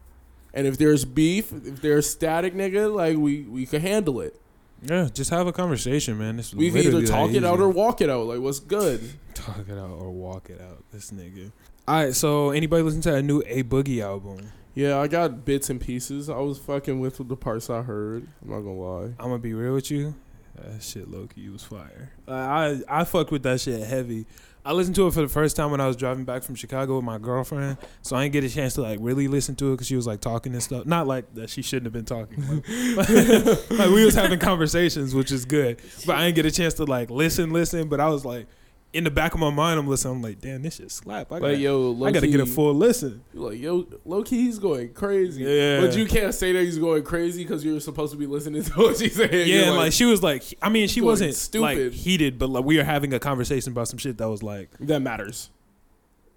and if there's beef, if there's static, nigga, like we we can handle it.
yeah, just have a conversation, man. It's
We can
literally
either
that
talk it out
easy.
or walk it out. Like what's good?
Talk it out or walk it out. This nigga. All right, so anybody listen to that new A Boogie album?
Yeah, I got bits and pieces. I was fucking with the parts I heard. I'm not gonna lie.
I'm gonna be real with you. That shit, Loki, was fire. I I, I fucked with that shit heavy. I listened to it for the first time when I was driving back from Chicago with my girlfriend, so I didn't get a chance to like really listen to it because she was like talking and stuff. Not like that she shouldn't have been talking. Like, [LAUGHS] like we was having conversations, which is good, but I didn't get a chance to like listen, listen. But I was like, in the back of my mind, I'm listening. I'm like, damn, this shit slap. I gotta,
Like yo, low
I gotta get a
key-
full listen.
Like yo, low key, he's going crazy.
Yeah.
but you can't say that he's going crazy because you're supposed to be listening to what she's saying.
Yeah,
You're
and like, she was like, I mean, she
Going
wasn't
stupid.
like heated, but like we were having a conversation about some shit that was like,
that matters.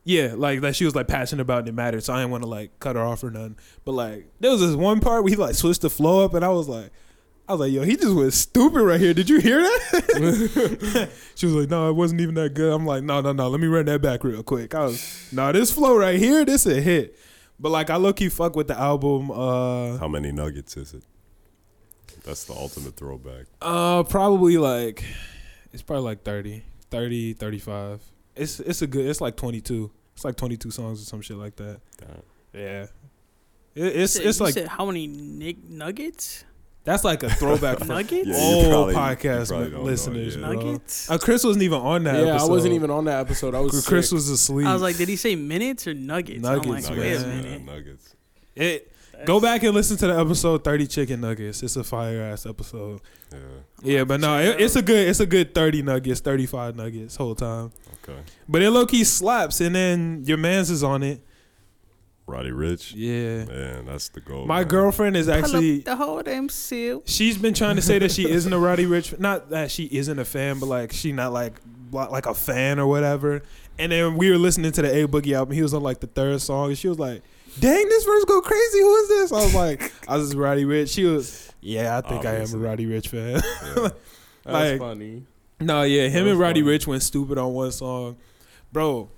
yeah, like that she was like passionate about and it mattered. So I didn't want to like cut her off or nothing. But like there was this one part we like switched the flow up, and I was like, I was like, yo, he just went stupid right here. Did you
[LAUGHS]
hear that? [LAUGHS] she was like, no, it wasn't even that good. I'm like, no, no, no. Let me run that back real quick. I was, no, this flow right here, this a hit. But like I low key fuck with the album. Uh,
How many nuggets is it? That's the ultimate throwback.
Uh, probably like it's probably like 30, 30, 35. It's it's a good. It's like twenty two. It's like twenty two songs or some shit like that. Yeah, it, it's
Said-
it's
you
like
said how many nig- nuggets?
that's like a throwback for
Nuggets?
Yeah, you
all
probably- you
podcast
probably don't know,
listeners.
yeah.
bro.
Nuggets?
Uh, Chris wasn't even on that.
yeah,
episode.
I wasn't even on that episode. I was
Chris
sick.
was asleep.
I was like, did he say minutes or nuggets? I'm like,
Nuggets,
wait a
man.
minute.
nuggets.
it. Go back and listen to the episode thirty chicken nuggets. It's a fire ass episode.
Yeah.
Yeah, but no,
check it
it,
out.
it's a good it's a good thirty nuggets, thirty five nuggets whole time.
Okay.
But it low key slaps, and then your man's is on it.
Roddy Rich.
Yeah.
Man, that's the goal.
My
man.
girlfriend is
Pull up
actually.
the whole damn seal.
She's been trying to say that she isn't a Roddy Rich, not that she isn't a fan, but like she not like blo- like a fan or whatever. And then we were listening to the A Boogie album. He was on like the third song, and she was like, "Dang, this verse go crazy. Who is this?" I was like, "I was just Roddy Rich." She was, "Yeah, I think I am
Obviously.
a Roddy Rich fan."
Yeah.
That's
like-
funny.
No, yeah, him
That
and
was
Roddy
funny.
Rich went stupid on one song, bro.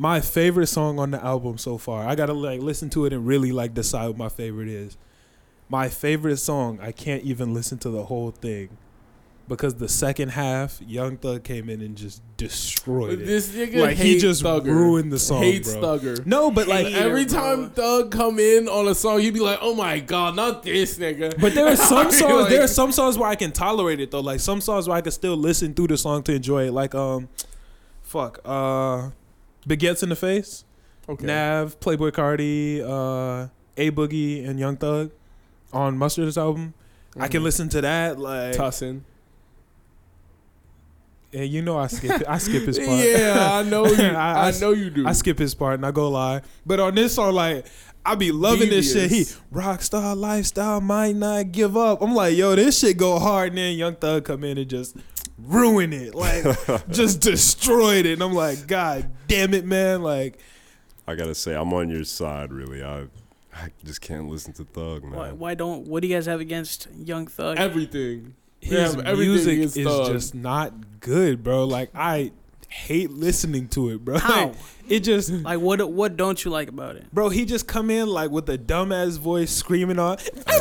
My favorite song on the album so far. I gotta like listen to it and really like decide what my favorite is. My favorite song. I can't even listen to the whole thing because the second half, Young Thug came in and just destroyed it.
This nigga
Like he
hates
just
Thugger.
ruined the song,
hates
bro.
Thugger.
No, but
Like
like
every
bro.
time Thug come in on a song, he'd be like, "Oh my god, not this nigga."
But there are some
[LAUGHS] Like-
songs. there are some songs where I can tolerate it though. Like some songs where I can still listen through the song to enjoy it. Like um, fuck, uh, Baguettes in the Face,
Okay.
Nav, Playboy Cardi, uh, A Boogie, and Young Thug on Mustard's album. I can
Mhm.
listen to that. Like,
Tussin.
and you know I skip. I skip
[LAUGHS]
his part.
Yeah, I know you.
I-
I,
I-
know you do.
[LAUGHS] I skip his part, not gonna lie. But on this song, like, I be loving this shit. He
Devious.
rockstar lifestyle might not give up. I'm like, yo, this shit go hard, and then Young Thug come in and just ruin
[LAUGHS]
it, like, just destroyed it. And I'm like, god damn it, man, like,
I gotta say, I'm on your side, really. I, I just can't listen to Thug, man.
Why, why don't? What do you guys have against Young
[LAUGHS]
Thug?
everything.
his
Yeah, everything
music
is
is,
Thug.
just not good, bro. Like, I hate listening to it, bro. [LAUGHS]
How?
Like, it just
Like what? What don't you like about it?
Bro, he just come in like with a dumbass voice screaming on.
Yeah.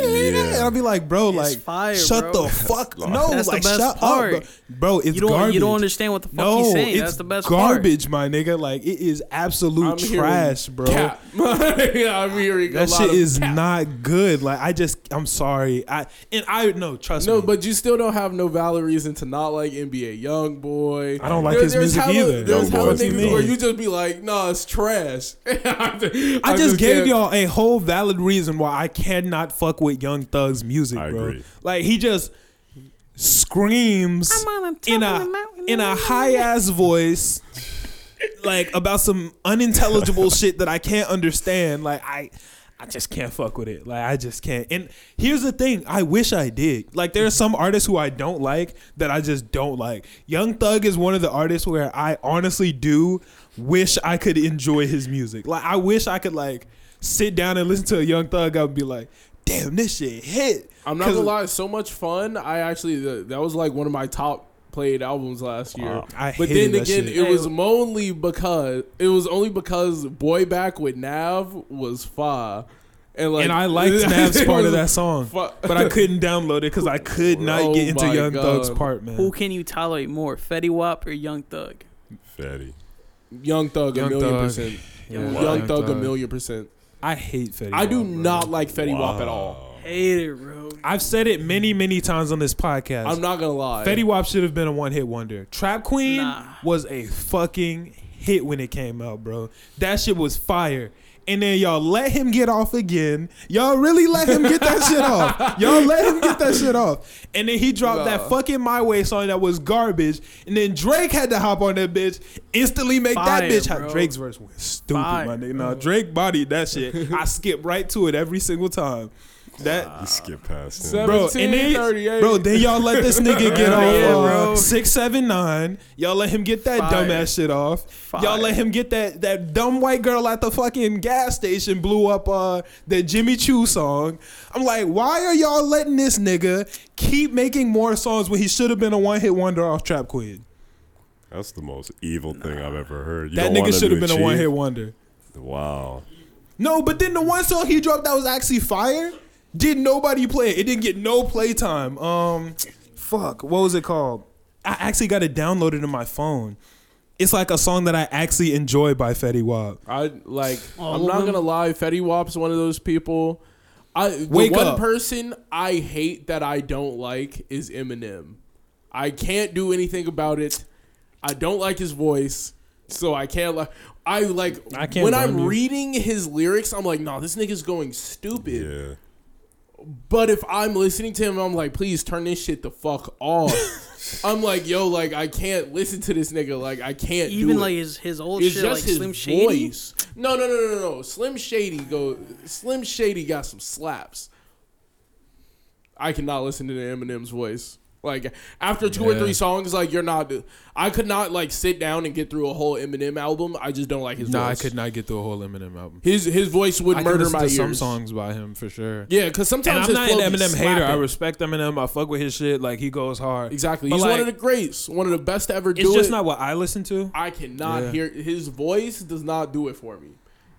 And I'll be like, bro,
It's
like,
fire,
shut
bro.
the fuck no,
That's the
like,
best
shut
part.
up, bro. bro it's
you don't.
garbage.
You don't understand what the fuck
no,
he's saying.
it's
That's the best part.
garbage, my nigga. Like, it is absolute
I'm hearing
trash, bro.
Cap. [LAUGHS] yeah, I'm hearing a
That
lot
shit
of
is
cap.
not good. Like, I just, I'm sorry. I and I no, trust
No,
me.
but you still don't have no valid reason to not like NBA YoungBoy.
I don't like
There-
his
there's
music
hella,
either.
There's
Youngboy
hella
is
things
dope.
where you just be like, nah, it's trash. [LAUGHS] I,
I
can't-
just gave y'all a whole valid reason why I cannot fuck with Young Thug's music,
I
bro.
agree.
Like he just screams in a in a high ass voice, like about some unintelligible [LAUGHS] shit that I can't understand. Like I. I just can't fuck with it. Like I just can't. And here's the thing, I wish I did. Like there are some artists who I don't like that I just don't like. Young Thug is one of the artists where I honestly do wish I could enjoy his music. Like I wish I could like sit down and listen to a Young Thug and be like, "Damn, this shit hit."
I'm not
'Cause-
gonna lie, it's so much fun. I actually th- that was like one of my top played albums last year.
Wow.
Uh, I
But then
hated that
again,
shit.
it
Hey.
was only because it was only because Boy Back with Nav was fire, and like
and
[LAUGHS]
I liked Nav's part of that song,
Fu-
but I couldn't download it because I could not
Oh
get into
my
Young Thug's
God.
part, man.
Who can you tolerate more, Fetty Wap or Young Thug?
Fatty.
Young Thug
Young
a million
Thug.
percent.
Yeah.
Young Thug a million percent.
I hate Fetty.
I do
Wap, bro.
not like Fetty Wap at all.
Wow.
Hate it, bro.
I've said it many, many times on this podcast.
I'm not gonna lie.
Fetty Wap should have been a one-hit wonder. Trap Queen
Nah.
was a fucking hit when it came out, bro. That shit was fire. And then y'all let him get off again. Y'all really let him get that shit
[LAUGHS]
off. Y'all let him get that shit off. And then he dropped
Nah.
that fucking My Way song that was garbage. And then Drake had to hop on that bitch, instantly make
Fire,
that bitch hot.
bro.
Drake's verse went stupid, my
Fire,
nigga. Nah, Drake bodied that shit. I skip right to it every single time. That
You skip past him.
Seven-
Bro, and then,
1738.
bro, then y'all let this
[LAUGHS]
nigga get off
Yeah,
uh,
bro.
six seven nine. Y'all let him get that
Fire.
dumbass shit off. Y'all let him get that that dumb white girl at the fucking gas station blew up uh the Jimmy Choo song. I'm like, why are y'all letting this nigga keep making more songs when he should have been a one hit wonder off Trap Queen?
That's the most evil thing I've ever heard. You
that
don't want
nigga
him
should have
to
been a one hit
achieve?
wonder.
Wow.
No, but then the one song he dropped that was actually fire, did nobody play it. It didn't get no playtime. Um, fuck, what was it called? I actually got it downloaded in my phone. It's like a song that I actually enjoy by Fetty Wap.
I like.
Oh,
All
I'm
of
not
them?
gonna lie. Fetty Wap's one of those people. I the
Wake
one
up.
person I hate that I don't like is Eminem. I can't do anything about it. I don't like his voice, so I can't like. I like
I can't
when
blame
I'm
you.
reading his lyrics. I'm like, nah, this nigga's going stupid.
Yeah.
But if I'm listening to him, I'm like, please turn this shit the fuck off.
[LAUGHS]
I'm like, yo, like I can't listen to this nigga. Like I can't
Even
do
like
it.
his his old
It's
shit,
just
like
his
Slim Shady.
voice. No, no, no, no, no, no. Slim Shady go. Slim Shady got some slaps. I cannot listen to the Eminem's voice. Like after two or
Yeah.
three songs, like you're not. I could not like sit down and get through a whole Eminem album. I just don't like his.
nah, I
voice.
could not get through a whole Eminem album.
His his voice would
I can
murder
listen
my
to
ears.
some songs by him for sure.
Yeah, because
And
sometimes
I'm
his
not an
flow be
Eminem hater. I
slapping.
respect Eminem. I fuck with his shit. Like he goes hard.
exactly.
But,
He's one
like,
of the greats. One of the best to ever do
It's just
it.
not what I listen to.
I cannot
Yeah.
hear his voice. Does not do it for me.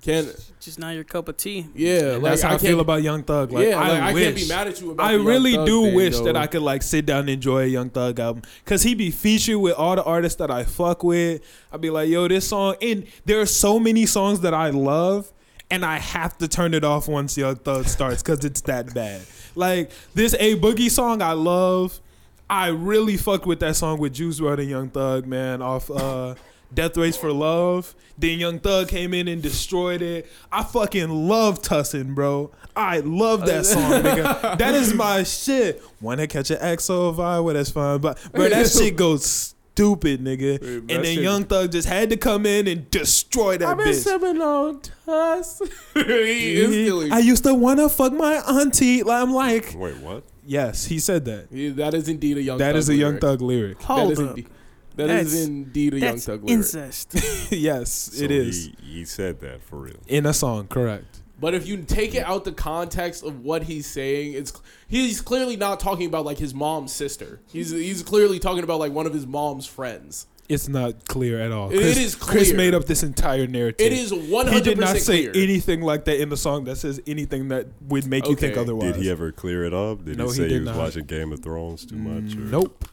Can
Just not your cup of tea.
yeah,
And
like
that's how I,
can't-
feel about Young Thug. Like,
yeah,
I,
like, I
wish.
can't be mad at you. About
I
the Young
really
Thug
do
thing,
wish that
though. [LAUGHS]
I could like sit down and enjoy a Young Thug album because he be featured with all the artists that I fuck with. I'd be like, yo, this song, and there are so many songs that I love, and I have to turn it off once Young Thug starts because it's that bad. Like this A Boogie song, I love. I really fucked with that song with Juice WRLD and Young Thug, man, off uh, Death Race for Love. Then Young Thug came in and destroyed it. I fucking love Tussin, bro. I love that
[LAUGHS]
song, nigga. That is my shit. Wanna catch an XO vibe? Well, that's fine. But, bro,
[LAUGHS]
that shit goes stupid, nigga.
Dude, that
and then
shit-
Young Thug just had to come in and destroy that
I've been
bitch.
sipping on dust. he is killing.
I used to wanna fuck my auntie. Like, I'm like,
Wait, what?
yes, he said that.
Yeah, that is indeed a young.
That
thug
is a Young
lyric. [LAUGHS]
Thug lyric. [LAUGHS]
That
Hold
is indeed, that
up. That's-
is indeed a young
That's
thug lyric.
incest. [LAUGHS]
yes,
So
it is.
He, he said that for real.
In a song, correct.
But if you take it out the context of what he's saying, it's he's clearly not talking about like his mom's sister. He's he's clearly talking about like one of his mom's friends.
It's not clear at all.
It
Chris,
is
Chris
clear.
made up this entire narrative.
It is one
He
hundred
did not
percent
say
clear.
anything like that in the song that says anything that would make you
Okay.
think
Did
otherwise.
Did he ever clear it up? Did
No,
he
he
say he,
did
was
not.
watching Game of Thrones too much? Or?
Nope.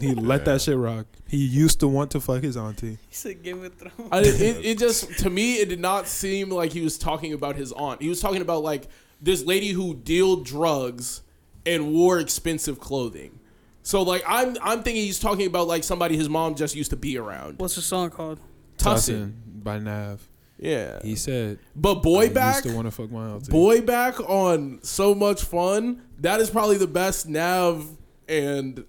He let that shit rock. He used to want to fuck his auntie.
He said, "Give it through."
I, it,
[LAUGHS]
it just to me it did not seem like he was talking about his aunt. He was talking about like this lady who dealed drugs and wore expensive clothing. So like I'm I'm thinking he's talking about like somebody his mom just used to be around.
What's the song called?
Tussin.
by Nav.
Yeah.
He said,
But boy
I
back
used to want to fuck my auntie."
boy back on so much fun. That is probably the best Nav and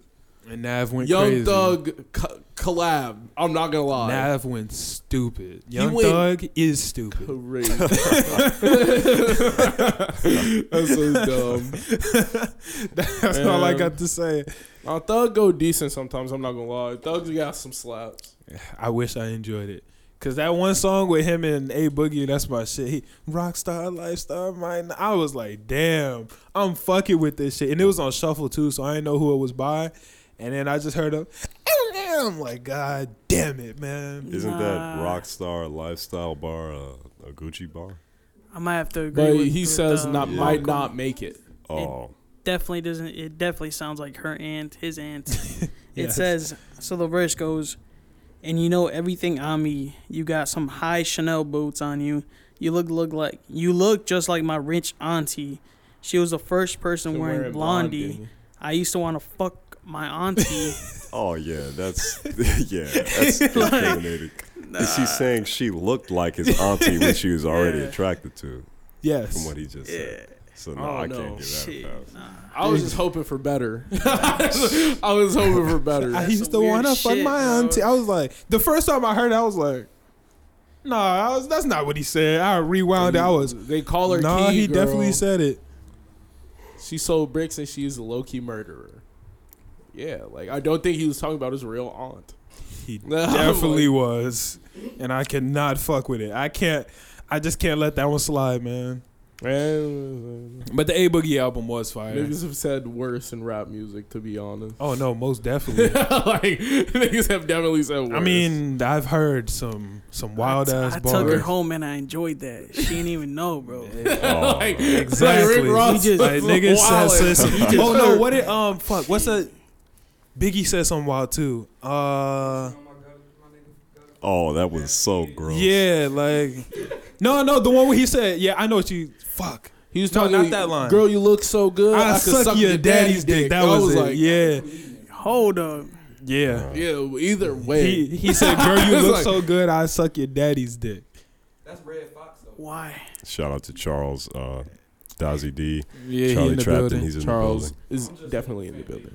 and Nav went
Young
crazy.
Thug co- collab. I'm not gonna lie.
Nav went stupid. Young
went-
Thug is stupid. [LAUGHS]
Crazy. That's so dumb.
[LAUGHS] That's all I
Um,
got to say.
Uh, thug go decent sometimes. I'm not gonna lie. Thugs got some slaps.
I wish I enjoyed it. Cause that one song with him and A Boogie, that's my shit. He rockstar lifestyle, mine. I was like, damn, I'm fucking with this shit, and it was on shuffle too, so I didn't know who it was by. And then I just heard him, and I'm like, god damn it, man.
Isn't that
Nah.
Rockstar Lifestyle Bar uh, a Gucci bar?
I might have to agree.
But
with
he
with,
says
uh,
not
Yeah.
might not make it.
Oh,
definitely doesn't it definitely sounds like her aunt his aunt it
[LAUGHS] Yes.
says so the verse goes and you know everything on me you got some high chanel boots on you you look look like you look just like my rich auntie she was the first person wearing, blondie. i used to want to fuck my
[LAUGHS]
auntie
oh yeah, that's [LAUGHS] yeah, that's discriminating. Is he saying she looked like his auntie when she was already
Yeah.
attracted to, from
Yes.
what he just said? So no,
Oh,
I
no.
can't give that
Shit, [LAUGHS]
a pass.
nah.
I was just hoping for better. [LAUGHS] I was hoping for
I
better.
used
some
to
weird
wanna fuck
shit,
my
bro.
auntie. I was like, the first time I heard, it, I was like, nah, I was, that's not what he said. I rewound. it. I was,
They call her.
nah,
Key,
he
girl.
definitely said it.
she sold bricks and she's a low key murderer. Yeah, like I don't think he was talking about his real aunt.
[LAUGHS] He
No,
definitely was, and I cannot fuck with it. I can't. I just can't let that one slide, man.
Man,
But the A Boogie album was fire.
niggas have said worse in rap music, to be honest. [LAUGHS]
Oh no, most [LAUGHS]
like
definitely.
niggas have definitely said worse.
I mean, I've heard some some wild
I, t-
ass
I took her
bars.
home and i enjoyed that she didn't even know
[LAUGHS]
bro
Oh,
[LAUGHS] like,
Exactly.
Like Rick Ross
He just-
Like
was
niggas said,
wildin'.
said some-
He just
oh no,
heard-
what it um fuck? What's that? Biggie said something wild too. Uh,
oh, that was so gross.
yeah, like no, no, the one where he said, yeah, I know what you fuck.
He was
No,
talking
not
to-
that line.
Girl, you look so good.
I,
could
suck, your, daddy's dick. That
I
was, it.
like,
yeah,
hold up
yeah.
yeah. well, Either way,
He, he said, "Girl,
I [LAUGHS]
you
was
look
like-
so good. I suck your daddy's dick."
why
Shout out to Charles uh, Dazzy D.
Yeah,
Charlie Trapton. He's in
Charles
the building.
is definitely in the building.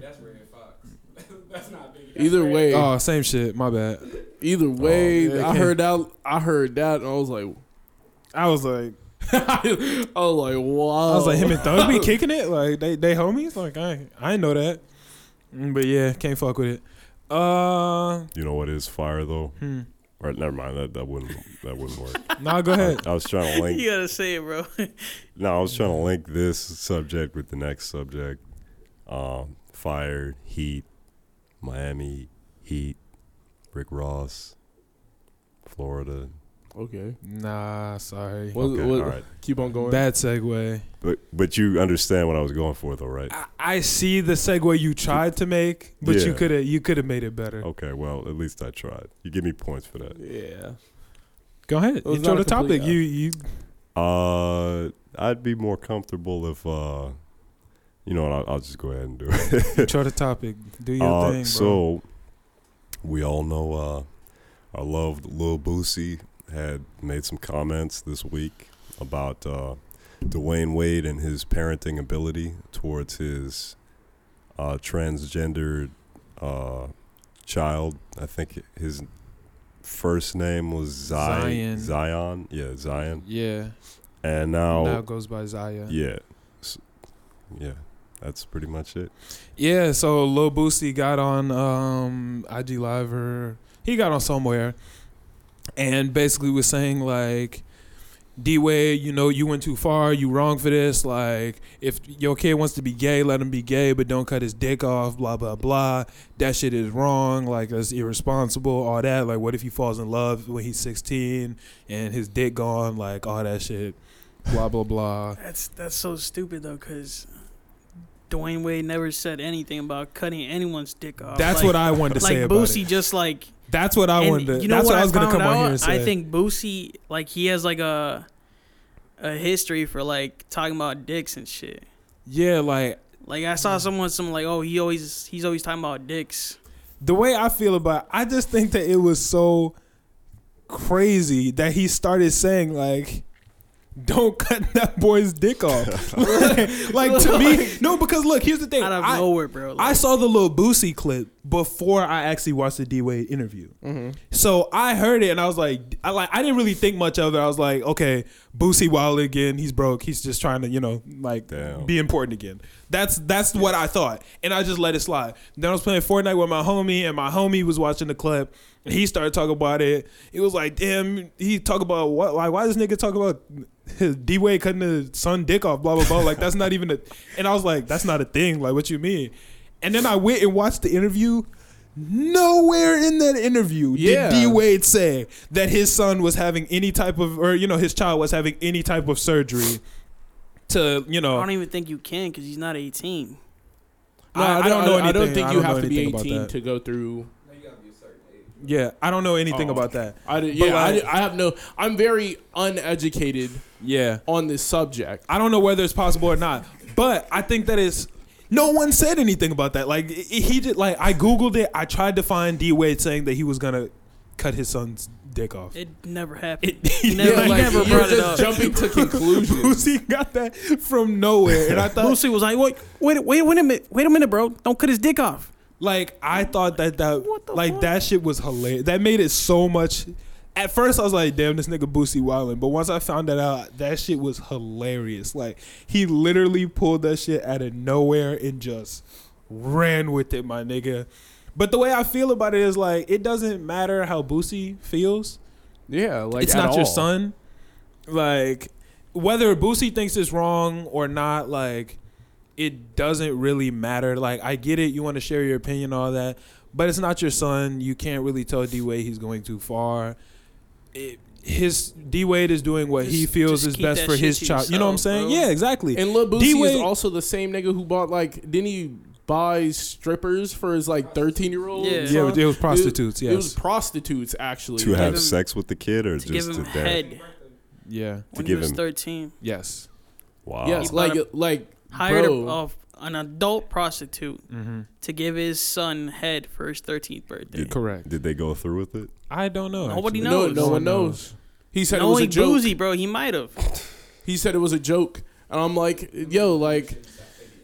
That's Either way,
Oh, same shit. My bad.
either way,
yeah,
I
Oh. okay.
heard that. I heard that, and I was like, [LAUGHS]
I was like,
I was like, wow. oh.
I was like, him and Thug be kicking it. Like they, they homies. Like I, I didn't know that. Mm, But yeah, can't fuck with it. Uh,
You know what is fire though?
hmm.
Right, never mind. That that wouldn't that wouldn't work.
nah, go
[LAUGHS]
ahead.
I, I was trying to link.
You gotta say it, bro.
No, I was trying to link this subject with the next subject. Um, fire, heat, Miami Heat, Rick Ross, Florida.
Okay.
Nah, sorry.
Well,
okay,
well,
all right.
Keep on going.
Bad segue.
But but you understand what I was going for though, right?
I, I see the segue you tried to make, but you
Yeah. Oh.
could have you could have made it better.
Okay, well at least I tried. You give me points for that.
yeah.
Go ahead.
It was
You throw
not
the
a complete
topic.
F.
You you
Uh, I'd be more comfortable if uh, you know, what, I'll, I'll just go ahead and do it.
throw the topic. Do your
[LAUGHS] Uh,
thing, bro.
So we all know uh, our loved Lil Boosie had made some comments this week about uh, Dwayne Wade and his parenting ability towards his uh, transgendered uh, child. I think his first name was Zion.
Zion.
Zion, yeah, Zion.
yeah.
And
Now
now,
it goes by Zaya.
yeah, S- yeah, that's pretty much it.
Yeah, so Lil Boosie got on um, IG Live or he got on somewhere and basically was saying like D Wade, you know, you went too far, you wrong for this, like if your kid wants to be gay, let him be gay, but don't cut his dick off, blah blah blah. That shit is wrong, like that's irresponsible, all that. Like what if he falls in love when he's sixteen and his dick gone, like all that shit. Blah blah
[LAUGHS]
blah.
That's that's so stupid though, cause Dwayne Wade never said anything about cutting anyone's dick off.
That's what I wanted to
like
say about
Boosie
it.
just like
That's what I
and
wanted. To, that's what, I was gonna
found
come on
out?
here and say.
I think Boosie like he has like a a history for like talking about dicks and shit.
Yeah, like
Like I
Mm.
saw someone some like oh he always he's always talking about dicks.
the way I feel about I just think that it was so crazy that he started saying like don't [LAUGHS] cut that boy's dick off. like to me, no, because look, here's the thing.
out of
I,
nowhere, bro.
I
Like,
saw the little Boosie clip before I actually watched the D Wade interview.
Mm-hmm.
So I heard it and I was like, I like, I didn't really think much of it. I was like, okay, Boosie Wild again. He's broke. He's just trying to, you know, like
Damn.
be important again. That's that's what I thought, and I just let it slide. Then I was playing Fortnite with my homie, and my homie was watching the clip, and he started talking about it. It was like, damn, he talk about what? Like, why does nigga talk about his D Wade cutting his son dick off? Blah blah blah. Like, that's not even a. And I was like, that's not a thing. Like, what you mean? And then I went and watched the interview. Nowhere in that interview
Yeah.
did D Wade say that his son was having any type of, or you know, his child was having any type of surgery to, you
I
know,
don't even think you can because he's not 18.
No, I,
I-
don't,
I don't know
I don't
anything-
think
I
you
don't
have
know
to be
anything about
18
that.
to go through.
Yeah, I don't know anything
Oh.
about that.
I did,
But
yeah, I,
like-
did- I have no. I'm very uneducated
Yeah.
on this subject.
I don't know whether it's possible or not, but I think that it's. No one said anything about that. Like i- he did. Like I googled it. I tried to find D Wade saying that he was gonna cut his son's dick off.
It never happened.
It- [LAUGHS]
he never,
Yeah,
he
like,
never
you're
brought it
just
up.
jumping to conclusions.
[LAUGHS] Boosie got that from nowhere, and I thought,
Boosie was like, wait, wait, wait, wait a minute, wait a minute, bro. Don't cut his dick off.
like I thought that that
What the
like
fuck?
that shit was hilarious. That made it so much. At first, I was like, "Damn, this nigga Boosie wildin'," but once I found that out, that shit was hilarious. Like he literally pulled that shit out of nowhere and just ran with it, my nigga. But the way I feel about it is like it doesn't matter how Boosie feels.
yeah, like
it's
at
not
all.
your son. Like whether Boosie thinks it's wrong or not, like it doesn't really matter. Like I get it, you want to share your opinion, all that, but it's not your son. You can't really tell D Wade he's going too far. It, his D Wade is doing what he
Just-
feels
just
is
keep
best
that
for
shit
his
to
child. You know what I'm saying?
yourself, bro.
Yeah, exactly.
And Lil Boosie
D-Wade-
is also the same nigga who bought like didn't he buy strippers for his like 13 year old?
Yeah.
yeah, it was prostitutes.
It was
Yes.
prostitutes actually.
To
Like,
have
him-
sex with the kid or
To give
just
him
to dance?
head
Yeah.
when
give
he was
him-
13.
Yes.
Wow.
Yes,
He
like
bought
like
Hired a, uh,
bro,
of an adult prostitute
Mm-hmm.
to give his son head for his 13th birthday.
Did-
Correct.
Did they go through with it?
I don't know.
Nobody
actually.
no,
knows.
no
No
one
one
knows. He said it was a
Knowing
joke.
Boosie, bro, he might have.
He said it was a joke, and I'm like, yo, like,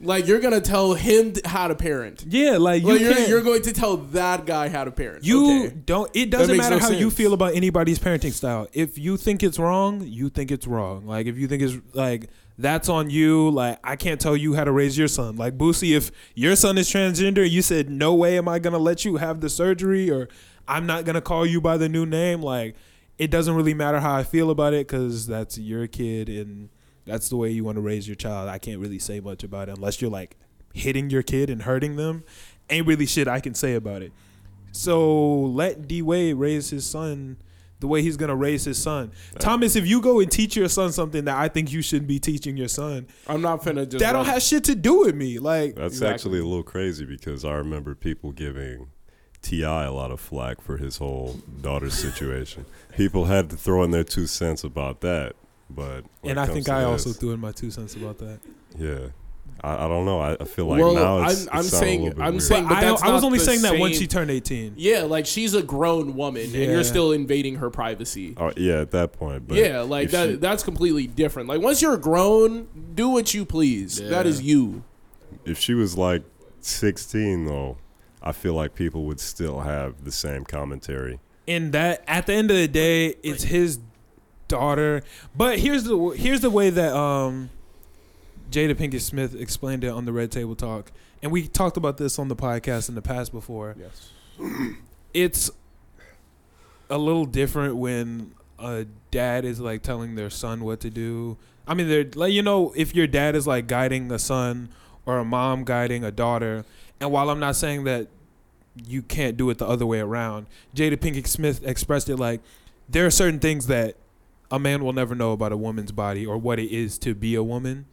like you're gonna tell him t- how to parent.
Yeah, like you
Like, you are
can't-
you're going to tell that guy how to parent.
You
Okay.
don't. It doesn't
makes
matter
no
how you
sense.
feel about anybody's parenting style. If you think it's wrong, you think it's wrong. Like if you think it's like that's on you. Like I can't tell you how to raise your son. Like Boosie, if your son is transgender, you said no way am I gonna let you have the surgery, or I'm not gonna call you by the new name. Like it doesn't really matter how I feel about it because that's your kid and that's the way you want to raise your child. I can't really say much about it unless you're like hitting your kid and hurting them. Ain't really shit I can say about it. So let D Wade raise his son the way he's gonna raise his son. Thomas, if you go and teach your son something that I think you shouldn't be teaching your son,
I'm not finna just
that don't
like-
have shit to do with me. Like
That's
Exactly.
actually a little crazy because I remember people giving Ti a lot of flack for his whole
[LAUGHS]
daughter situation. People had to throw in their two cents about that, but
and
when it
I
comes
think
to
I also
this,
threw in my two cents about that.
yeah. I, I don't know. I, I feel like
Well,
now it's,
I'm- I'm
it's
saying-
a little bit
I'm
weird.
saying- But
I,
that's
I was
not
only
the
saying that once
same-
she turned 18.
Yeah, like she's a grown woman, and
Yeah.
you're still invading her privacy.
Oh, yeah, at that point. But
yeah, like
if
that,
she-
that's completely different. Like once you're grown, do what you please. That is you.
if she was like 16 though, I feel like people would still have the same commentary.
And that at the end of the day, it's his daughter. But here's the w- here's the way that um, Jada Pinkett Smith explained it on the Red Table Talk, and we talked about this on the podcast in the past before.
Yes.
it's a little different when a dad is like telling their son what to do. I mean, they're like you know, if your dad is like guiding a son or a mom guiding a daughter, and while I'm not saying that you can't do it the other way around, Jada Pinkett Smith expressed it like there are certain things that a man will never know about a woman's body or what it is to be a woman.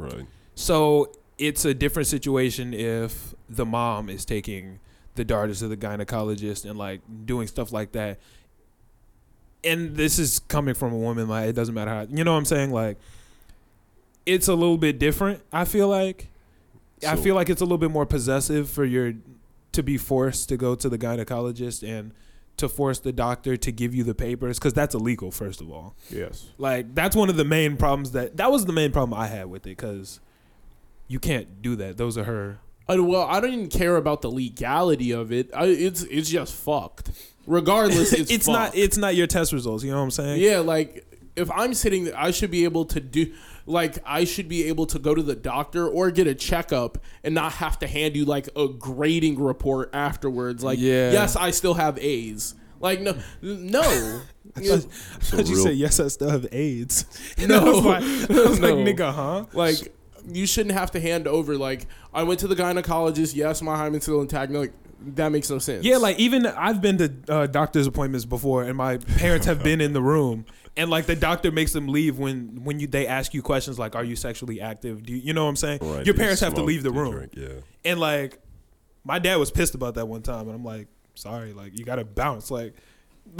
Right.
So it's a different situation if the mom is taking the daughter to the gynecologist and like doing stuff like that. And this is coming from a woman, like it doesn't matter how you know what I'm saying? Like it's a little bit different, I feel like. I
So-
feel like it's a little bit more possessive for your to be forced to go to the gynecologist and to force the doctor to give you the papers because that's illegal first of all
Yes.
like that's one of the main problems that that was the main problem I had with it because you can't do that. Those are her.
And, well, I don't even care about the legality of it. I, it's it's just fucked. Regardless, it's,
[LAUGHS] It's, not. It's not your test results. You know what I'm saying?
Yeah, like if I'm sitting there, I should be able to do like I should be able to go to the doctor or get a checkup and not have to hand you like a grading report afterwards. Like,
Yeah.
yes, I still have A's. Like no,
[LAUGHS]
no,
So
[LAUGHS] But you
real-
say yes, I still have AIDS. [LAUGHS] And I
No.
was like, I was like,
No.
nigga, huh?
like you shouldn't have to hand over. Like I went to the gynecologist. Yes, my hymen's still intact. No, Like that makes no sense.
Yeah, like even I've been to uh, doctor's appointments before, and my parents have been in the room, and like the doctor makes them leave when when you they ask you questions like, "Are you sexually active?" Do you, you know what I'm saying?
Right,
Your
do you
parents have to
smoke?
leave the
Do you
room.
drink? Yeah.
And like, my dad was pissed about that one time, and I'm like, sorry, like you gotta bounce, like, [LAUGHS]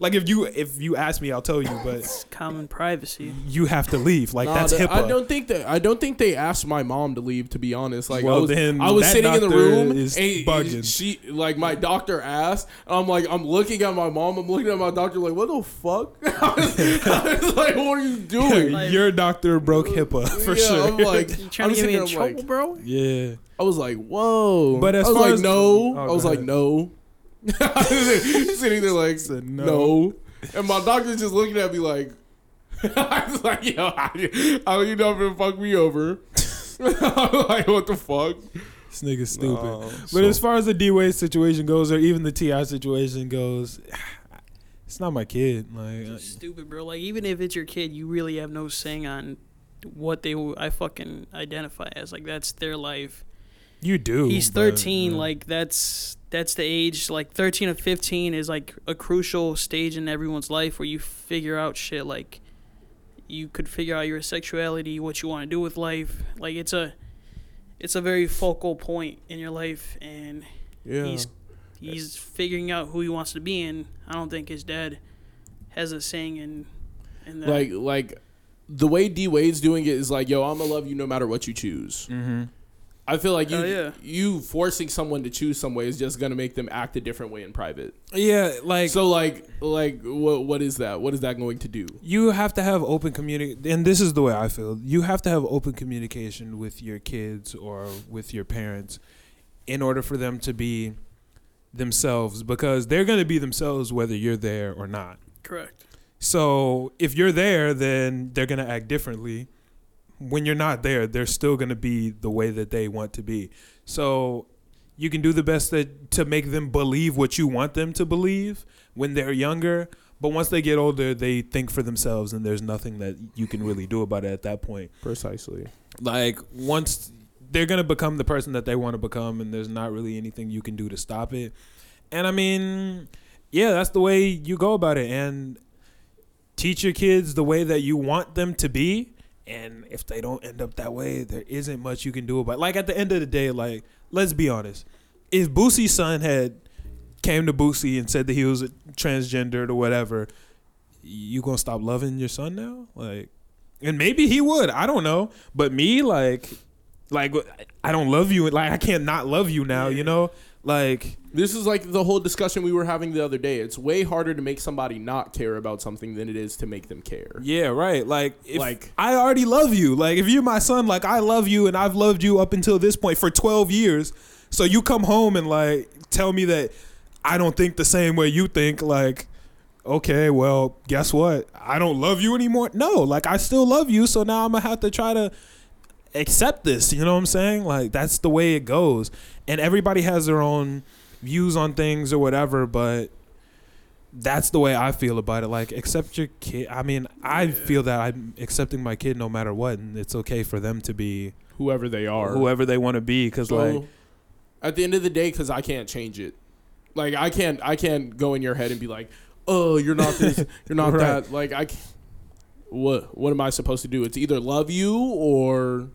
like if you if you ask me, I'll tell you, but
It's common privacy.
you have to leave, like
Nah,
that's
th-
HIPAA. [LAUGHS]
I don't think that I don't think they asked my mom to leave. To be honest, like I
Well,
was,
then
I was
that
sitting in the
doctor
room.
is
and
bugging.
She like my doctor asked. and I'm like I'm looking at my mom. I'm looking at my doctor. Like what the fuck? [LAUGHS] I was, I was like what
[LAUGHS]
are you doing?
Like-
Your doctor broke HIPAA for
Yeah,
sure.
I'm
[LAUGHS]
like
You trying
I'm
to get me
sitting
in
there, I'm
trouble,
like-
bro?
yeah,
I was like whoa.
But as
I was
far
like
as-
no.
Oh,
I was
go
like
ahead.
no. [LAUGHS] I was sitting there like
Said no.
no. and my doctor's just looking at me like. [LAUGHS] I was like, yo, how you, how you not gonna fuck me over? [LAUGHS] I'm like, what the fuck?
this nigga's stupid.
No.
But as far as the D Wade situation goes, or even the Ti situation goes, [SIGHS] it's not my kid. Like,
It's stupid, bro. Like even if it's your kid, you really have no saying on what they I fucking identify as. Like that's their life.
you do.
He's
but,
13.
uh,
Like that's that's the age. Like 13 or 15 is like a crucial stage in everyone's life where you figure out shit. Like you could figure out your sexuality, what you want to do with life. Like it's a it's a very focal point in your life, and
Yeah.
he's he's figuring out who he wants to be, and I don't think his dad has a saying in in that.
like like the way D Wade's doing it is like, yo, I'm gonna love you no matter what you choose.
Mm.
I feel like you
Hell yeah.
you forcing someone to choose some way is just gonna make them act a different way in private.
yeah, like
So like like what what is that? What is that going to do?
you have to have open communication and this is the way i feel you have to have open communication with your kids or with your parents in order for them to be themselves because they're going to be themselves whether you're there or not
correct.
so if you're there then they're going to act differently when you're not there, they're still going to be the way that they want to be. So you can do the best that to make them believe what you want them to believe when they're younger. But once they get older, they think for themselves, and there's nothing that you can really do about it at that point.
Precisely.
Like once they're gonna become the person that they want to become, and there's not really anything you can do to stop it. And I mean, yeah, that's the way you go about it, and teach your kids the way that you want them to be. And if they don't end up that way, there isn't much you can do about. It. Like at the end of the day, like let's be honest, if Boosie's son had came to Boosie and said that he was transgendered or whatever, you gonna stop loving your son now? Like, and maybe he would. I don't know. But me, like, like I don't love you. Like I can't not love you now. You know, like
This is like the whole discussion we were having the other day. It's way harder to make somebody not care about something than it is to make them care.
yeah, right. Like if
Like-
I already love you. Like if you're my son, like I love you and I've loved you up until this point for 12 years. So you come home and like tell me that I don't think the same way you think. Like okay, well, guess what? I don't love you anymore. No, like I still love you, so now I'm gonna have to try to accept this. You know what I'm saying? Like that's the way it goes, and everybody has their own views on things or whatever, but. That's the way I feel about it. Like, accept your kid. I mean, I feel that I'm accepting my kid no matter what, and it's okay for them to be
Whoever they are.
whoever they want to be. Because,
So,
like,
at the end of the day, because I can't change it. Like I can't, I can't go in your head and be like, "Oh, you're not
[LAUGHS]
this, you're not
Right.
that." Like I, can't- what, what am I supposed to do? It's either love you or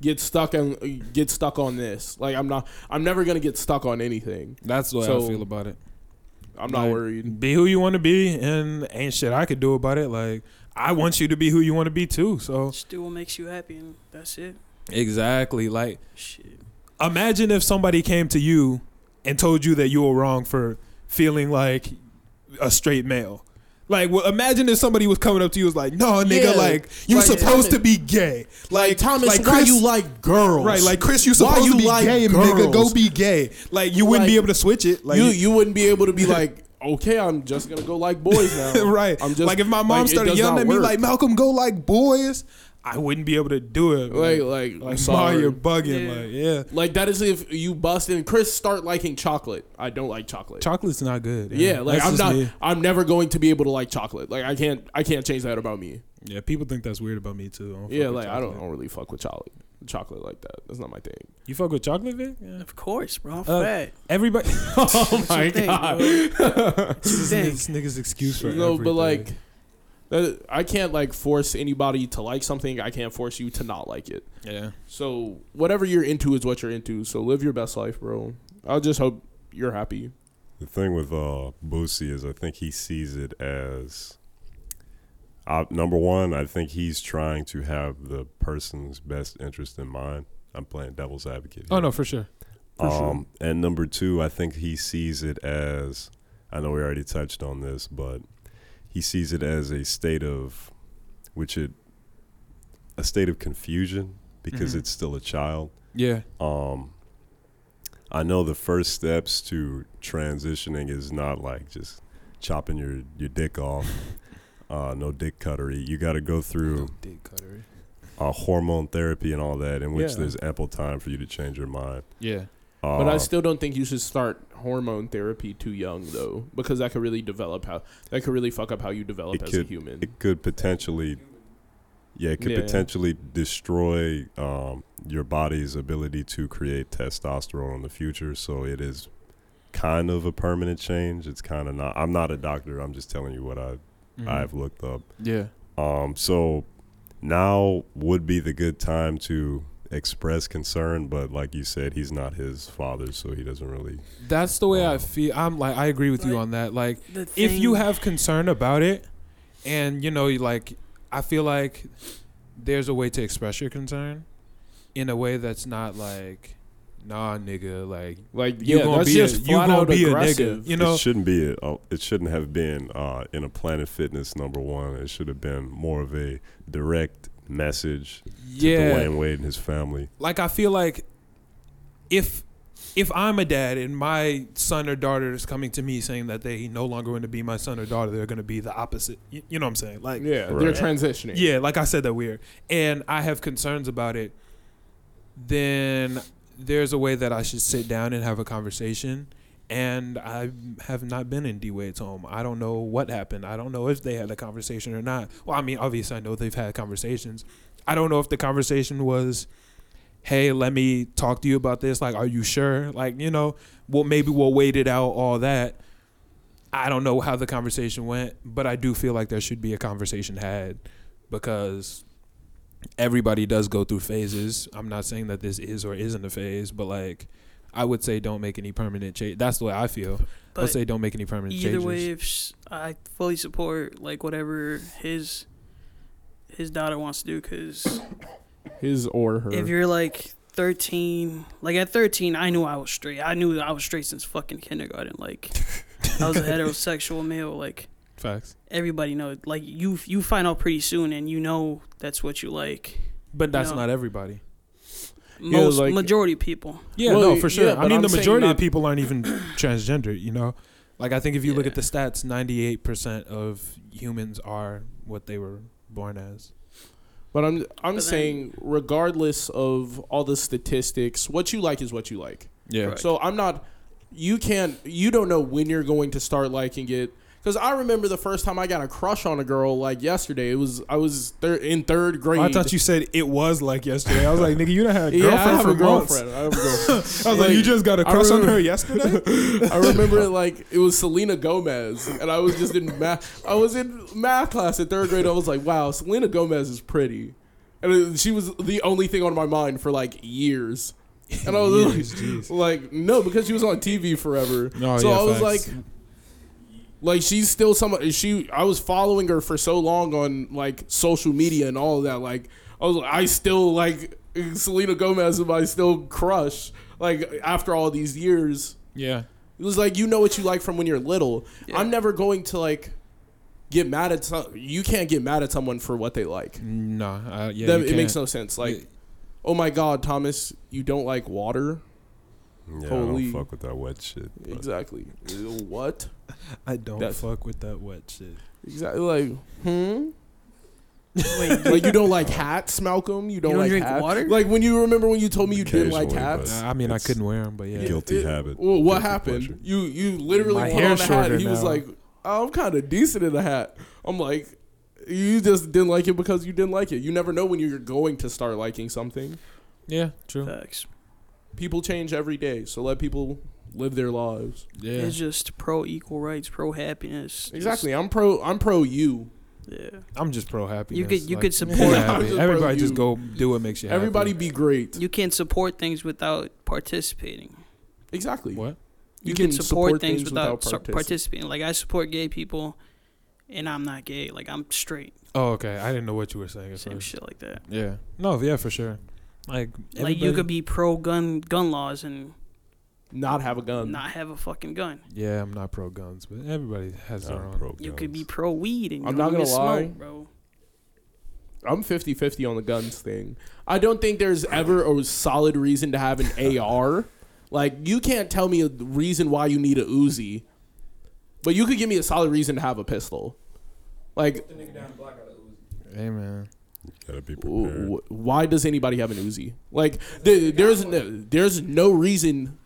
get stuck and get stuck on this. Like I'm not, I'm never gonna get stuck on anything.
that's the way I
So,
feel about it.
I'm not
Like,
worried.
Be who you want to be, and ain't shit I could do about it. Like, I want you to be who you want to be too. So
Just do what makes you happy, and that's it.
exactly, like,
Shit.
imagine if somebody came to you and told you that you were wrong for feeling like a straight male. Like, well, imagine if somebody was coming up to you was like, "No, nigga,
Yeah,
like you're
like
supposed
Thomas-
to be gay." Like Chris-
like girls?
Right, like Chris, you
Why
supposed
you
to be
like
gay, nigga. Go
girls?
be gay. Like you wouldn't be
Like,
able to switch it. Like
you, you wouldn't be able to
[LAUGHS]
be like, okay, I'm just gonna go like boys now.
right.
I'm just
like if my mom
like, it
started
does
yelling
not
at me
work.
like Malcolm, go like boys, I wouldn't be able to do it.
like,
like,
like,
like,
I'm
[LAUGHS] Ma,
sorry.
you're bugging.
Yeah.
Like yeah,
Like that is if you bust and Chris start liking chocolate. I don't like chocolate.
chocolate's not good.
yeah, like
That's
I'm
just
not.
me.
I'm never going to be able to like chocolate. Like I can't. I can't change that about me.
Yeah, people think that's weird about me too. I don't
yeah,
fuck with
like I don't, I
chocolate.
don't really fuck with chocolate. Chocolate like that. That's not my thing.
You fuck with chocolate, Vic? Yeah.
Of course, bro. I'm
Uh,
fat.
Everybody. [LAUGHS]
oh
your
[LAUGHS]
thing, bro.
this,
Vic.
nigga's, nigga's excuse for
no, but
everything.
like, that, I can't like force anybody to like something. I can't force you to not like it.
yeah,
So whatever you're into is what you're into. So live your best life, bro. I just hope you're happy.
The thing with uh, Boosie is I think he sees it as uh, number one, I think he's trying to have the person's best interest in mind. I'm playing devil's advocate.
oh
here.
no, for sure.
for sure.
um, And number two, I think he sees it as I know we already touched on this, but he sees it as a state of which it a state of confusion because
Mhm.
it's still a child
Yeah,
um i know the first steps to transitioning is not like just chopping your your
[LAUGHS]
dick off uh no dick cuttery you got to go through
dick cuttery.
uh, hormone therapy and all that in which
Yeah.
there's ample time for you to change your mind
Yeah,
uh,
But I still don't think you should start hormone therapy too young, though, because that could really develop how that could really fuck up how you develop
It
as
could-
a human.
it could potentially yeah it could
Yeah.
potentially destroy um, your body's ability to create testosterone in the future so it is kind of a permanent change it's kind of not i'm not a doctor i'm just telling you what i
Mm-hmm.
I've looked up.
yeah.
Um, so now would be the good time to express concern, but like you said, he's not his father, so he doesn't really.
That's the way I
Um,
feel. I'm like I agree with you
Like,
on that. Like
The
if you
thing-
have concern about it, and you know, you like I feel like there's a way to express your concern in a way that's not like, nah, nigga, like
Like,
you
yeah,
gonna
that's
be a-
just
you
flat
gonna
out
be a nigga.
aggressive.
You know-
it shouldn't be. A, oh, it shouldn't have been uh, in a Planet Fitness number one. It should have been more of a direct message to
yeah,
Dwayne Wade and his family.
like I feel like if if I'm a dad and my son or daughter is coming to me saying that they no longer want to be my son or daughter, they're going to be the opposite. You, you know what I'm saying? Like,
yeah, they're
Right.
transitioning.
yeah, like I said that weird, and I have concerns about it, then there's a way that I should sit down and have a conversation. And I have not been in D Wade's home. I don't know what happened. I don't know if they had a conversation or not. Well, I mean, obviously, I know they've had conversations. I don't know if the conversation was, hey, let me talk to you about this. Like, are you sure? Like, you know, well, maybe we'll wait it out, all that. I don't know how the conversation went, but I do feel like there should be a conversation had because everybody does go through phases. I'm not saying that this is or isn't a phase, but like I would say don't make any permanent change. That's the way I feel. I would
But
say don't make any permanent
either
changes.
way, if s I fully support like whatever his his daughter wants to do, because
his or her.
if you're like 13, like at 13, I knew I was straight. I knew I was straight since fucking kindergarten.
[LAUGHS]
Like I was a heterosexual male. Like
Facts.
everybody knows. Like you you find out pretty soon, and you know that's what you like.
But that's
No.
not everybody.
Yeah,
Most
like-
majority
[LAUGHS]
people.
Yeah,
Well,
no,
y-
for sure.
yeah,
I
but
mean,
I'm
the
saying
majority of
not-
people aren't even [COUGHS] transgender, you know? Like, I think if you look
Yeah.
at the stats, 98% of humans are what they were born as.
But I'm I'm
then-
saying regardless of all the statistics, what you like is what you like.
Yeah.
Right.
So I'm not you can't you don't know when you're going to start liking it cuz I remember the first time I got a crush on a girl like yesterday. It was I was thir- in 3rd grade.
I thought you said it was like yesterday. I was like, nigga, you done had [LAUGHS] a
yeah,
girlfriend
I have
for
a
months.
girlfriend. I have a girlfriend.
I was like,
Like,
you just got a
I
crush on
remember-
her [LAUGHS] yesterday?
I remember it like it was Selena Gomez, and I was just in math. I was in math class in third grade. I was like, "Wow, Selena Gomez is pretty," and it- she was the only thing on my mind for like years. And I was
Years, jeez.
like, like, "No," because she was on TV forever.
Oh,
so
yeah,
I was
facts.
like, like she's still someone. She I was following her for so long on like social media and all of that. Like I was, I still like Selena Gomez is my still crush. Like after all these years.
yeah.
It was like you know what you like from when you're little.
Yeah.
I'm never going to like get mad at some. You can't get mad at someone for what they like.
No, uh, yeah,
that,
you
it makes
can't.
no sense. Like,
Yeah.
oh my God, Thomas, you don't like water.
Yeah, I
Holy-
don't fuck with that wet shit. but
Exactly. what?
I don't
That's-
fuck with that wet shit.
Exactly. Like, hmm.
Wait,
like you don't like hats, Malcolm. You don't,
don't
like
drink
hats?
water?
Like when you remember when you told me you didn't like
Occasionally, but-
hats.
Nah, Uh, I mean, I
It's-
couldn't wear them, but yeah.
Guilty
It-
habit.
Well, what
Guilty
happened?
pleasure.
You you literally
My
put
hair's
on a hat.
shorter
And he was
now.
like, "I'm kind of decent in a hat." I'm like, "You just didn't like it because you didn't like it. You never know when you're going to start liking something.
Yeah, true.
facts.
People change every day, so let people live their lives."
Yeah.
It's just pro equal rights, pro happiness.
Exactly. I'm pro. I'm pro you.
Just- yeah.
I'm just pro happiness.
You could- you
like,
could support-
yeah,
I'm
happy.
just pro
Everybody
you.
just go do what makes you happy.
Everybody be great.
You can support things without participating.
Exactly.
What?
You, can, support, things, without, su- participating. Like I support gay people, and I'm not gay. Like I'm straight.
Oh, okay. I didn't know what you were saying. At
Same
first.
shit like that.
Yeah. No, yeah, for sure. Like,
Like you
everybody-
could be pro gun gun laws and
Not have a gun.
not have a fucking gun.
Yeah, I'm not pro guns, but everybody has their
I'm
own.
pro
You could be
guns.
pro weed and you
I'm
don't
not
even
gonna lie.
smoke, bro.
I'm 50-50 on the guns thing. I don't think there's ever a solid reason to have an AR. Like you can't tell me a reason why you need a Uzi, but you could give me a solid reason to have a pistol. Like
Hey, man.
Gotta be
w-
prepared.
w- why does anybody have an Uzi? Like th- there's no, there's no reason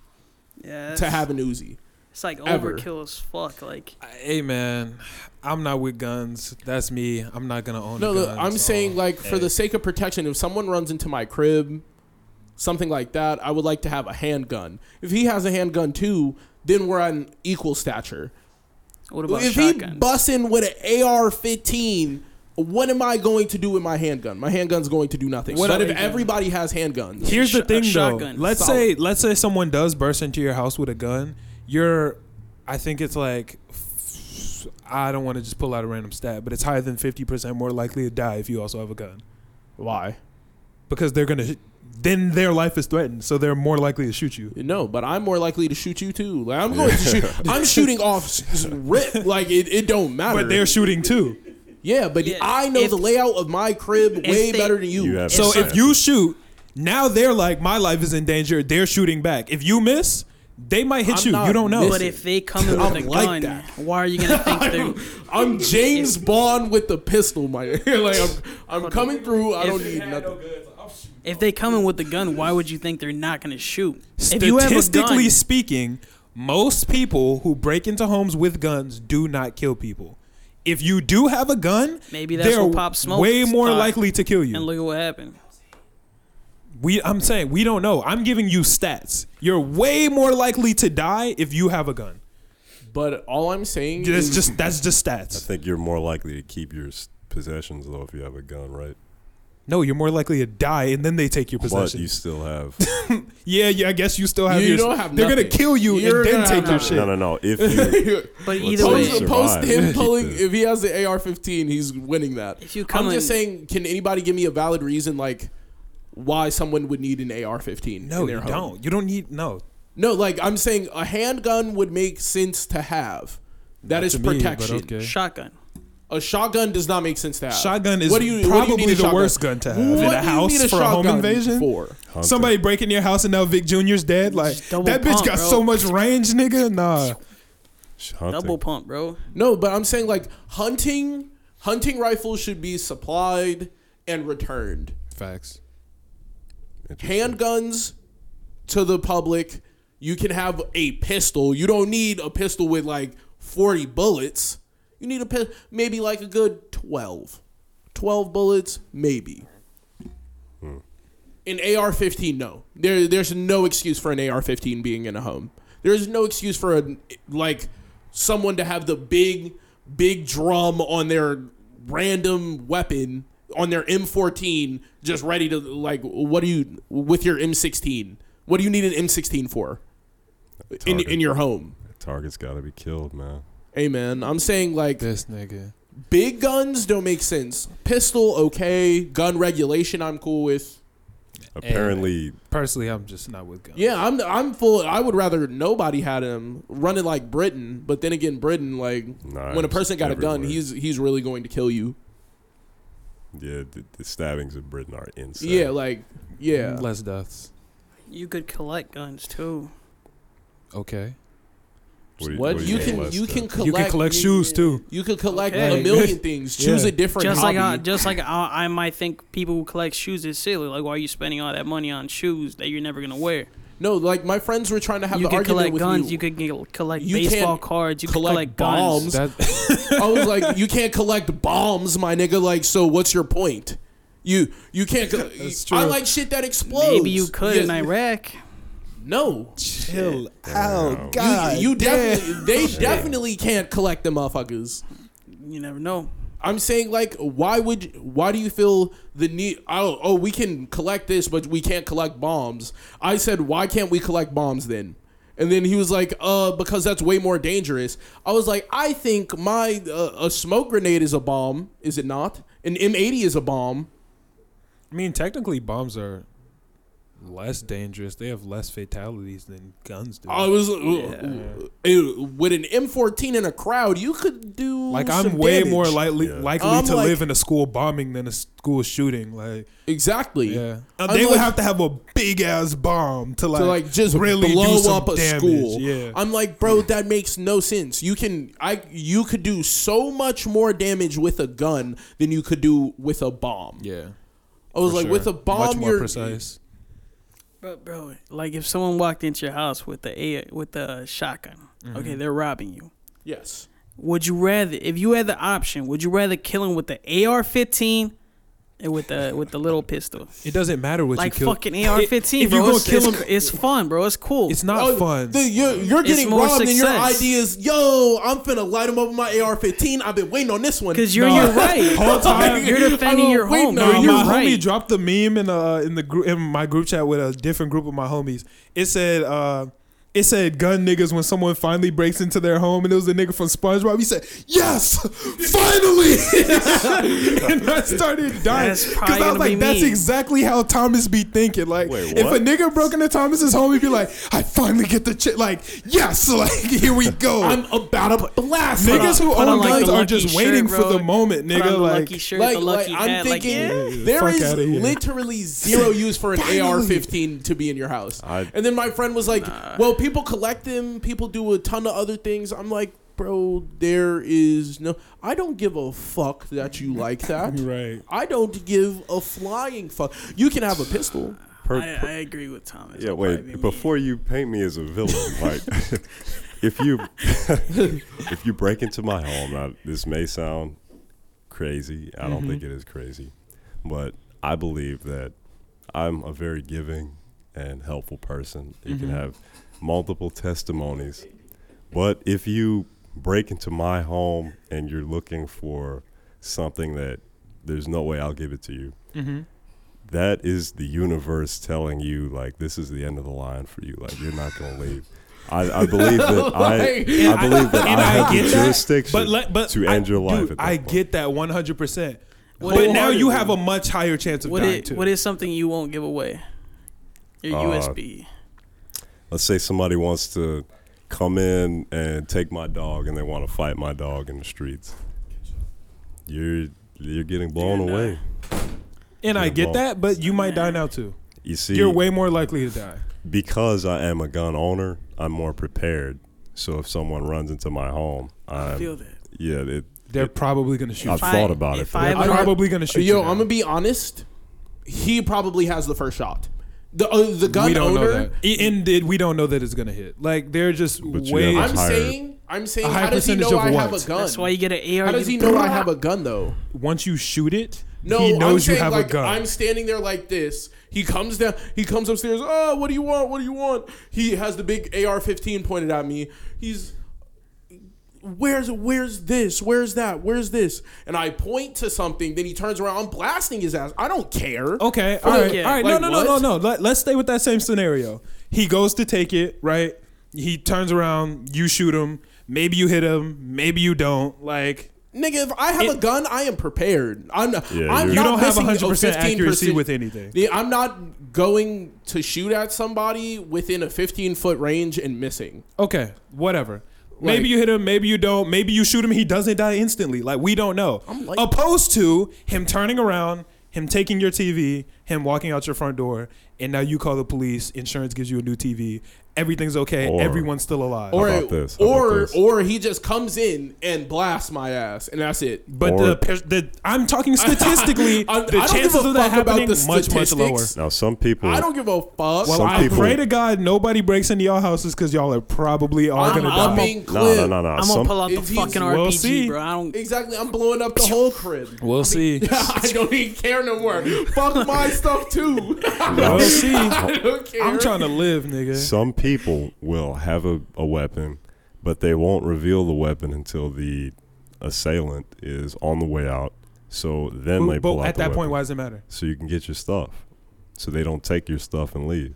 Yeah.
to
it's-
have an Uzi.
It's like
ever.
overkill as fuck. Like
Hey, man. I'm not with guns. That's me. I'm not going to own
No,
a
look,
gun,
I'm
so-
saying like for
Hey.
the sake of protection, if someone runs into my crib, something like that, I would like to have a handgun. If he has a handgun too, then we're on equal stature.
what about
if
shotguns?
he bussin' with an AR-15, what am I going to do with my handgun? My handgun's going to do nothing.
What
but
I-
if everybody has handguns,
Here's
Sh-
the
a
thing, though.
shotgun.
Let's
Solid.
say let's say someone does burst into your house with a gun. You're, I think it's like, I don't want to just pull out a random stat, but it's higher than fifty percent more likely to die if you also have a gun
why?
because they're gonna, then their life is threatened, so they're more likely to shoot you.
No, but I'm more likely to shoot you too. Like I'm going to
[LAUGHS]
shoot. I'm shooting off s- s- rip. Like it, it don't matter.
But they're shooting too.
yeah, but
Yeah,
I know
if-
the layout of my crib way
they-
better than you.
You have
So
Yes,
if
sir.
you shoot, Now they're like, my life is in danger. They're shooting back. If you miss, they might hit
I'm
you.
not
You don't know.
But if they come in
[LAUGHS] I
with a
like
gun,
that.
why are
[LAUGHS]
you gonna think they're?
[LAUGHS] I'm James Bond with the pistol, my [LAUGHS] like I'm I'm coming through. I don't need nothing.
If they come in with a gun, why would you think they're not gonna shoot? If you have a
Statistically
gun,
speaking, most people who break into homes with guns do not kill people. If you do have a gun,
Maybe that's
they're
what Pop Smoke
way more
thought.
likely to kill
and
you.
look at what happened.
We, I'm saying we don't know. I'm giving you stats. You're way more likely to die if you have a gun.
But all I'm saying
That's
is
just that's just
I
stats.
think you're more likely to keep your s- possessions though if you have a gun, right?
No, you're more likely to die, and then they take your
But
possession.
you still have.
yeah, yeah. I guess you still have.
You
your,
don't have
They're gonna
nothing.
kill you
You're
and then
gonna have
take your
nothing.
shit.
no, no, no. If you,
But
Let's
either
hope
way,
post,
so.
post
[LAUGHS]
survive.
him pulling.
Keep it.
If he has the AR-15, he's winning that.
if you come
I'm
in,
just saying, can anybody give me a valid reason like why someone would need an AR-15?
No,
in their
you
home?
don't. You don't need no.
No, like I'm saying, a handgun would make sense to have. That is
to me, but
protection.
okay.
shotgun.
A shotgun does not make sense to have.
Shotgun is
What do you- what do you
probably
need a
the
shotgun?
worst gun to have
What
in
do
a
you
house
need
for a home
shotgun
invasion.
For?
Hunter,
Somebody breaking your house and now Vic Junior's dead. Like
Just double
that bitch
pump,
got
bro.
so much range, nigga. Nah,
hunting.
Double pump, bro.
No, but I'm saying like hunting, hunting rifles should be supplied and returned.
facts.
Interesting.
Handguns to the public. You can have a pistol. You don't need a pistol with like 40 bullets. You need a pistol, maybe like a good 12. 12 bullets, maybe. An AR 15, no. There, there's no excuse for an AR 15 being in a home. There's no excuse for a, like someone to have the big, big drum on their random weapon on their M14 just ready to like what do you with your M16? What do you need an M16 for? In,
Target.
in your home.
Target's got to be killed, man.
Amen. I'm saying like
This nigga.
big guns don't make sense. Pistol okay, gun regulation I'm cool with.
Apparently,
Personally, I'm just not with guns.
Yeah, I'm I'm full. I would rather nobody had him running like Britain, but then again, Britain like
Knives
when a person got a gun,
everywhere.
he's he's really going to kill you.
yeah, the, the stabbings in Britain are insane.
Yeah, like yeah.
Less deaths.
You could collect guns too.
Okay.
What do
what
what do
you
mean
can
less
you can
deaths?
collect
you can collect shoes too.
You could collect
Okay.
a million things. Choose
Yeah.
a different
Just like,
hobby.
I, just like I, I might think people who collect shoes is silly. Like, why are you spending all that money on shoes that you're never gonna wear?
no, like my friends were trying to have
you
the
could
argument
collect
with
guns. You,
you.
could get, collect
You
baseball
can't
cards. You
collect
could collect guns.
bombs.
That
I was like, you can't collect bombs, my nigga. Like, so what's your point? You you can't. Co-
That's
I
true.
like shit that explodes.
Maybe you
[LAUGHS]
could
Yeah,
in Iraq.
No,
chill
Damn.
out, God.
you, you definitely they definitely can't collect them motherfuckers.
You never know.
I'm saying like, why would why do you feel the need? Oh, oh, we can collect this, but we can't collect bombs. I said, why can't we collect bombs then? And then he was like, uh, because that's way more dangerous. I was like, I think my uh, a smoke grenade is a bomb, is it not? An M80 is a bomb.
I mean, technically, bombs are less dangerous. They have less fatalities than guns do.
I was uh, uh, with an M14 in a crowd, you could do
like I'm
some
way
damage.
more likely
Yeah.
likely
I'm
to
like-
live in a school bombing than a school shooting. Like
exactly.
Yeah.
I'm
Uh, they
like-
would have to have a big ass bomb to like,
to like just
really do
blow
some
up a
damage.
school.
Yeah.
I'm like, bro, that makes no sense. You can I you could do so much more damage with a gun than you could do with a bomb.
yeah.
I was
for
like,
sure.
with a bomb,
Much more
you're
precise.
But bro, like if someone walked into your house with the air, with the shotgun, okay, they're robbing you.
Yes.
Would you rather, if you had the option, would you rather kill him with the AR-15 and with the with the little pistol?
It doesn't matter what
like
you kill.
fucking
[LAUGHS]
AR-15,
if
bro.
you gonna
it's,
kill
it's,
him-
it's fun, bro. It's cool. [LAUGHS]
It's not
Oh,
fun.
the- you're, you're
It's
getting
more
robbed, and your
success.
idea is, yo, I'm finna light him up with my AR-15. I've been waiting on this one.
because you're
No.
you're
[LAUGHS]
right.
Whole time-
you're defending
I'm
your
waiting
home.
on
bro.
Nah,
it.
you're
my homie
right.
dropped the meme in uh in the group in my group chat with a different group of my homies. It said uh It said gun niggas when someone finally breaks into their home, and it was a nigga from SpongeBob. He said, "Yes, finally!" [LAUGHS] and I started dying
That's probably
because I was
gonna be
like, "That's
me.
exactly how Thomas be thinking." Like,
Wait,
if a
what?
nigga broke into Thomas's home, he'd be like, "I finally get the chit." Like, yes, [LAUGHS] like here we go.
I'm about to blast. her.
Niggas who
Put on,
own
like,
guns
the
are
lucky
just
shirt,
waiting for
bro.
the moment,
Put on
nigga.
the
Like,
lucky shirt, the lucky hat. like, yeah.
there
Fuck
is
outta here.
literally
[LAUGHS]
zero use for an
Finally.
AR-15 to be in your house.
I-
and then my friend was like, "Well, people collect them. People do a ton of other things." I'm like, "Bro, there is no. I don't give a fuck that you like that.
right.
I don't give a flying fuck. You can have a pistol.
Per-
I, I agree with Thomas.
Yeah,
It'll
wait.
probably be me.
before you paint me as a villain,
[LAUGHS]
like [LAUGHS] if you [LAUGHS] if you break into my home, now this may sound crazy. I don't
Mm-hmm.
think it is crazy, but I believe that I'm a very giving and helpful person. You can
Mm-hmm.
have multiple testimonies, but if you break into my home and you're looking for something that there's no way I'll give it to you
Mm-hmm.
that is the universe telling you like this is the end of the line for you. Like you're not gonna leave. I, I
[LAUGHS]
believe that I, I believe that
And
I
I
have
get
the
that,
jurisdiction
But let, but
to end
I,
your life.
dude,
at that
I
point.
get that 100. percent
What
But
is-
now you have a much higher chance of
What
dying
is,
too.
what is something you won't give away? Your
Uh,
USB.
Let's say somebody wants to come in and take my dog, and they want to fight my dog in the streets. You're you're getting blown
You're
away.
and I
Yeah,
get
well-
that, but you might die now too.
You see,
You're way more likely to die.
because I am a gun owner, I'm more prepared. So if someone runs into my home,
I feel
I'm,
that.
yeah, it,
They're probably gonna shoot.
I've
you.
I-
thought about it.
if
for
I
that.
They're
I'm gonna-
probably gonna shoot.
Yo,
you now.
I'm gonna be honest. He probably has the first shot. The uh, the gun
we don't
owner.
know that. It ended. We don't know that it's gonna hit. Like they're just
But you
way.
have
I'm
It's higher.
saying, I'm saying,
A high
how does he
percentage
know
of
I have
what?
a gun?
That's why you get an AR.
how does he know I have a gun though?
Once you shoot it,
No,
he knows
I'm
you
saying,
have
like,
a gun.
I'm standing there like this. He comes down. He comes upstairs. Oh, what do you want? What do you want? He has the big AR-15 pointed at me. He's where's where's this? Where's that? Where's this? And I point to something. Then he turns around. I'm blasting his ass. I don't care.
Okay. All right.
yeah,
All right.
like,
no, no, no,
what?
no, no. Let, let's stay with that same scenario. He goes to take it, right? He turns around, you shoot him. Maybe you hit him. Maybe you don't. Like,
Nigga, if I have a
It-
gun, I am prepared. I'm not.
Yeah,
I'm
you're-
you
not
don't have
missing a
100%
15%.
accuracy with anything.
Yeah, I'm not going to shoot at somebody within a 15 foot range and missing.
Okay, whatever. Maybe
Like-
you hit him, maybe you don't. Maybe you shoot him, he doesn't die instantly. Like, we don't know.
I'm like-
Opposed to him turning around, him taking your TV, him walking out your front door, and now you call the police, insurance gives you a new TV, everything's okay,
Or-
everyone's still alive.
Or
about this? How about
or
this?
or he just comes in and blasts my ass, and that's it.
But
Or-
the, per- the I'm talking statistically,
[LAUGHS] I- I
the
don't give
chances
a
of that
fuck about
happening
the
much much lower.
statistics.
Now, some people.
I don't give a fuck.
Well,
Well,
Some
I
people-
pray to God nobody breaks into y'all houses because y'all are probably all
I'm,
gonna
I'm
die.
being
No,
clear.
no, no, no.
I'm
some,
gonna pull out the
if he's-
fucking
we'll
RPG,
see.
bro. I
[LAUGHS]
don't.
Exactly. I'm blowing up the whole crib. [LAUGHS]
We'll see.
I don't even care no more. fuck my stuff too. [LAUGHS]
we'll see.
I don't care.
I'm trying to live, nigga.
some people will have a, a weapon, but they won't reveal the weapon until the assailant is on the way out. So then they
But,
pull
but
out
at
the
that point,
weapon.
why does it matter?
so you can get your stuff. So they don't take your stuff and leave.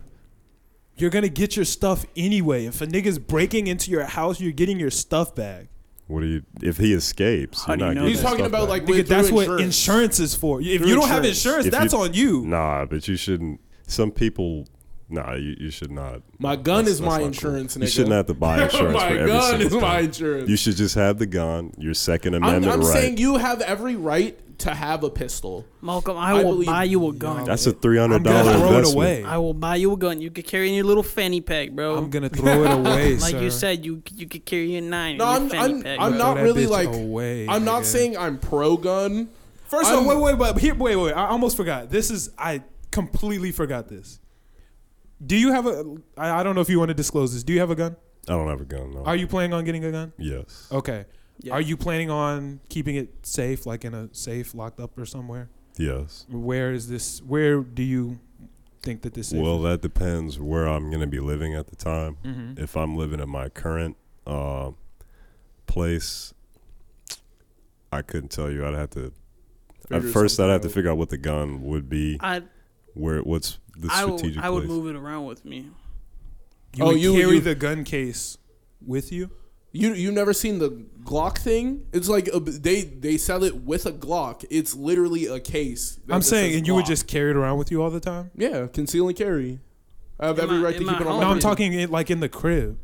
You're gonna get your stuff anyway. If a nigga's breaking into your house, you're getting your stuff back.
What do you? If he escapes,
How
you're
do you
not
know
getting
He's
your
talking
stuff
about
back.
like
Nigga,
with-
that's
through
what insurance is for. If
Through
you don't have
insurance.
insurance,
If you-
that's on you.
Nah, but you shouldn't. Some people. Nah, you, you should not.
My gun
That's-
is
that's not
my
cool.
insurance.
You
nigga.
shouldn't have
[LAUGHS]
to buy insurance
my
for every
gun
single
is my
thing.
insurance.
You should just have the gun. Your Second
I'm,
Amendment
I'm
right.
saying you have every right to have a pistol.
Malcolm, I,
I
will
believe-
buy you a gun.
That's a three hundred
I'm
dollar
gonna throw
investment.
it away.
I will buy you a gun. You could carry in your little fanny pack, bro.
I'm gonna throw
[LAUGHS]
it away,
like
sir.
you said, you you could carry a nine.
No,
in
I'm
your fanny
I'm,
pack,
I'm
bro.
Throw
not
that
really
bitch
like
away,
I'm not
nigga.
saying I'm pro gun.
1st
I'm-
off, wait, wait, but here, wait, wait. I almost forgot. This is I completely forgot this. Do you have a? I, I don't know if you want to disclose this. Do you have a gun?
I don't have a gun. No.
Are you planning on getting a gun?
yes.
Oh.
Okay.
Yeah.
Are you planning on keeping it safe, like in a safe, locked up or somewhere?
Yes.
Where is this? Where do you think that this is?
Well, that depends where I'm going to be living at the time.
Mm-hmm.
If I'm living at my current uh, place, I couldn't tell you. I'd have to. At
Figure
first, I'd
something
have to
out.
figure out what the gun would be.
I
Where what's the
I, will-
strategic
I would
place?
move it around with me.
You
Oh,
would
you-
carry
you-
the gun case with you.
You you never seen the Glock thing? It's like a, they they sell it with a Glock. It's literally a case. that-
I'm
that
saying,
says
and you would
Glock.
just carry it around with you all the time.
yeah conceal and carry. I have
In
every
my-
right to
in
keep
my
it on.
home.
me.
No, I'm
yeah.
talking it like in the crib.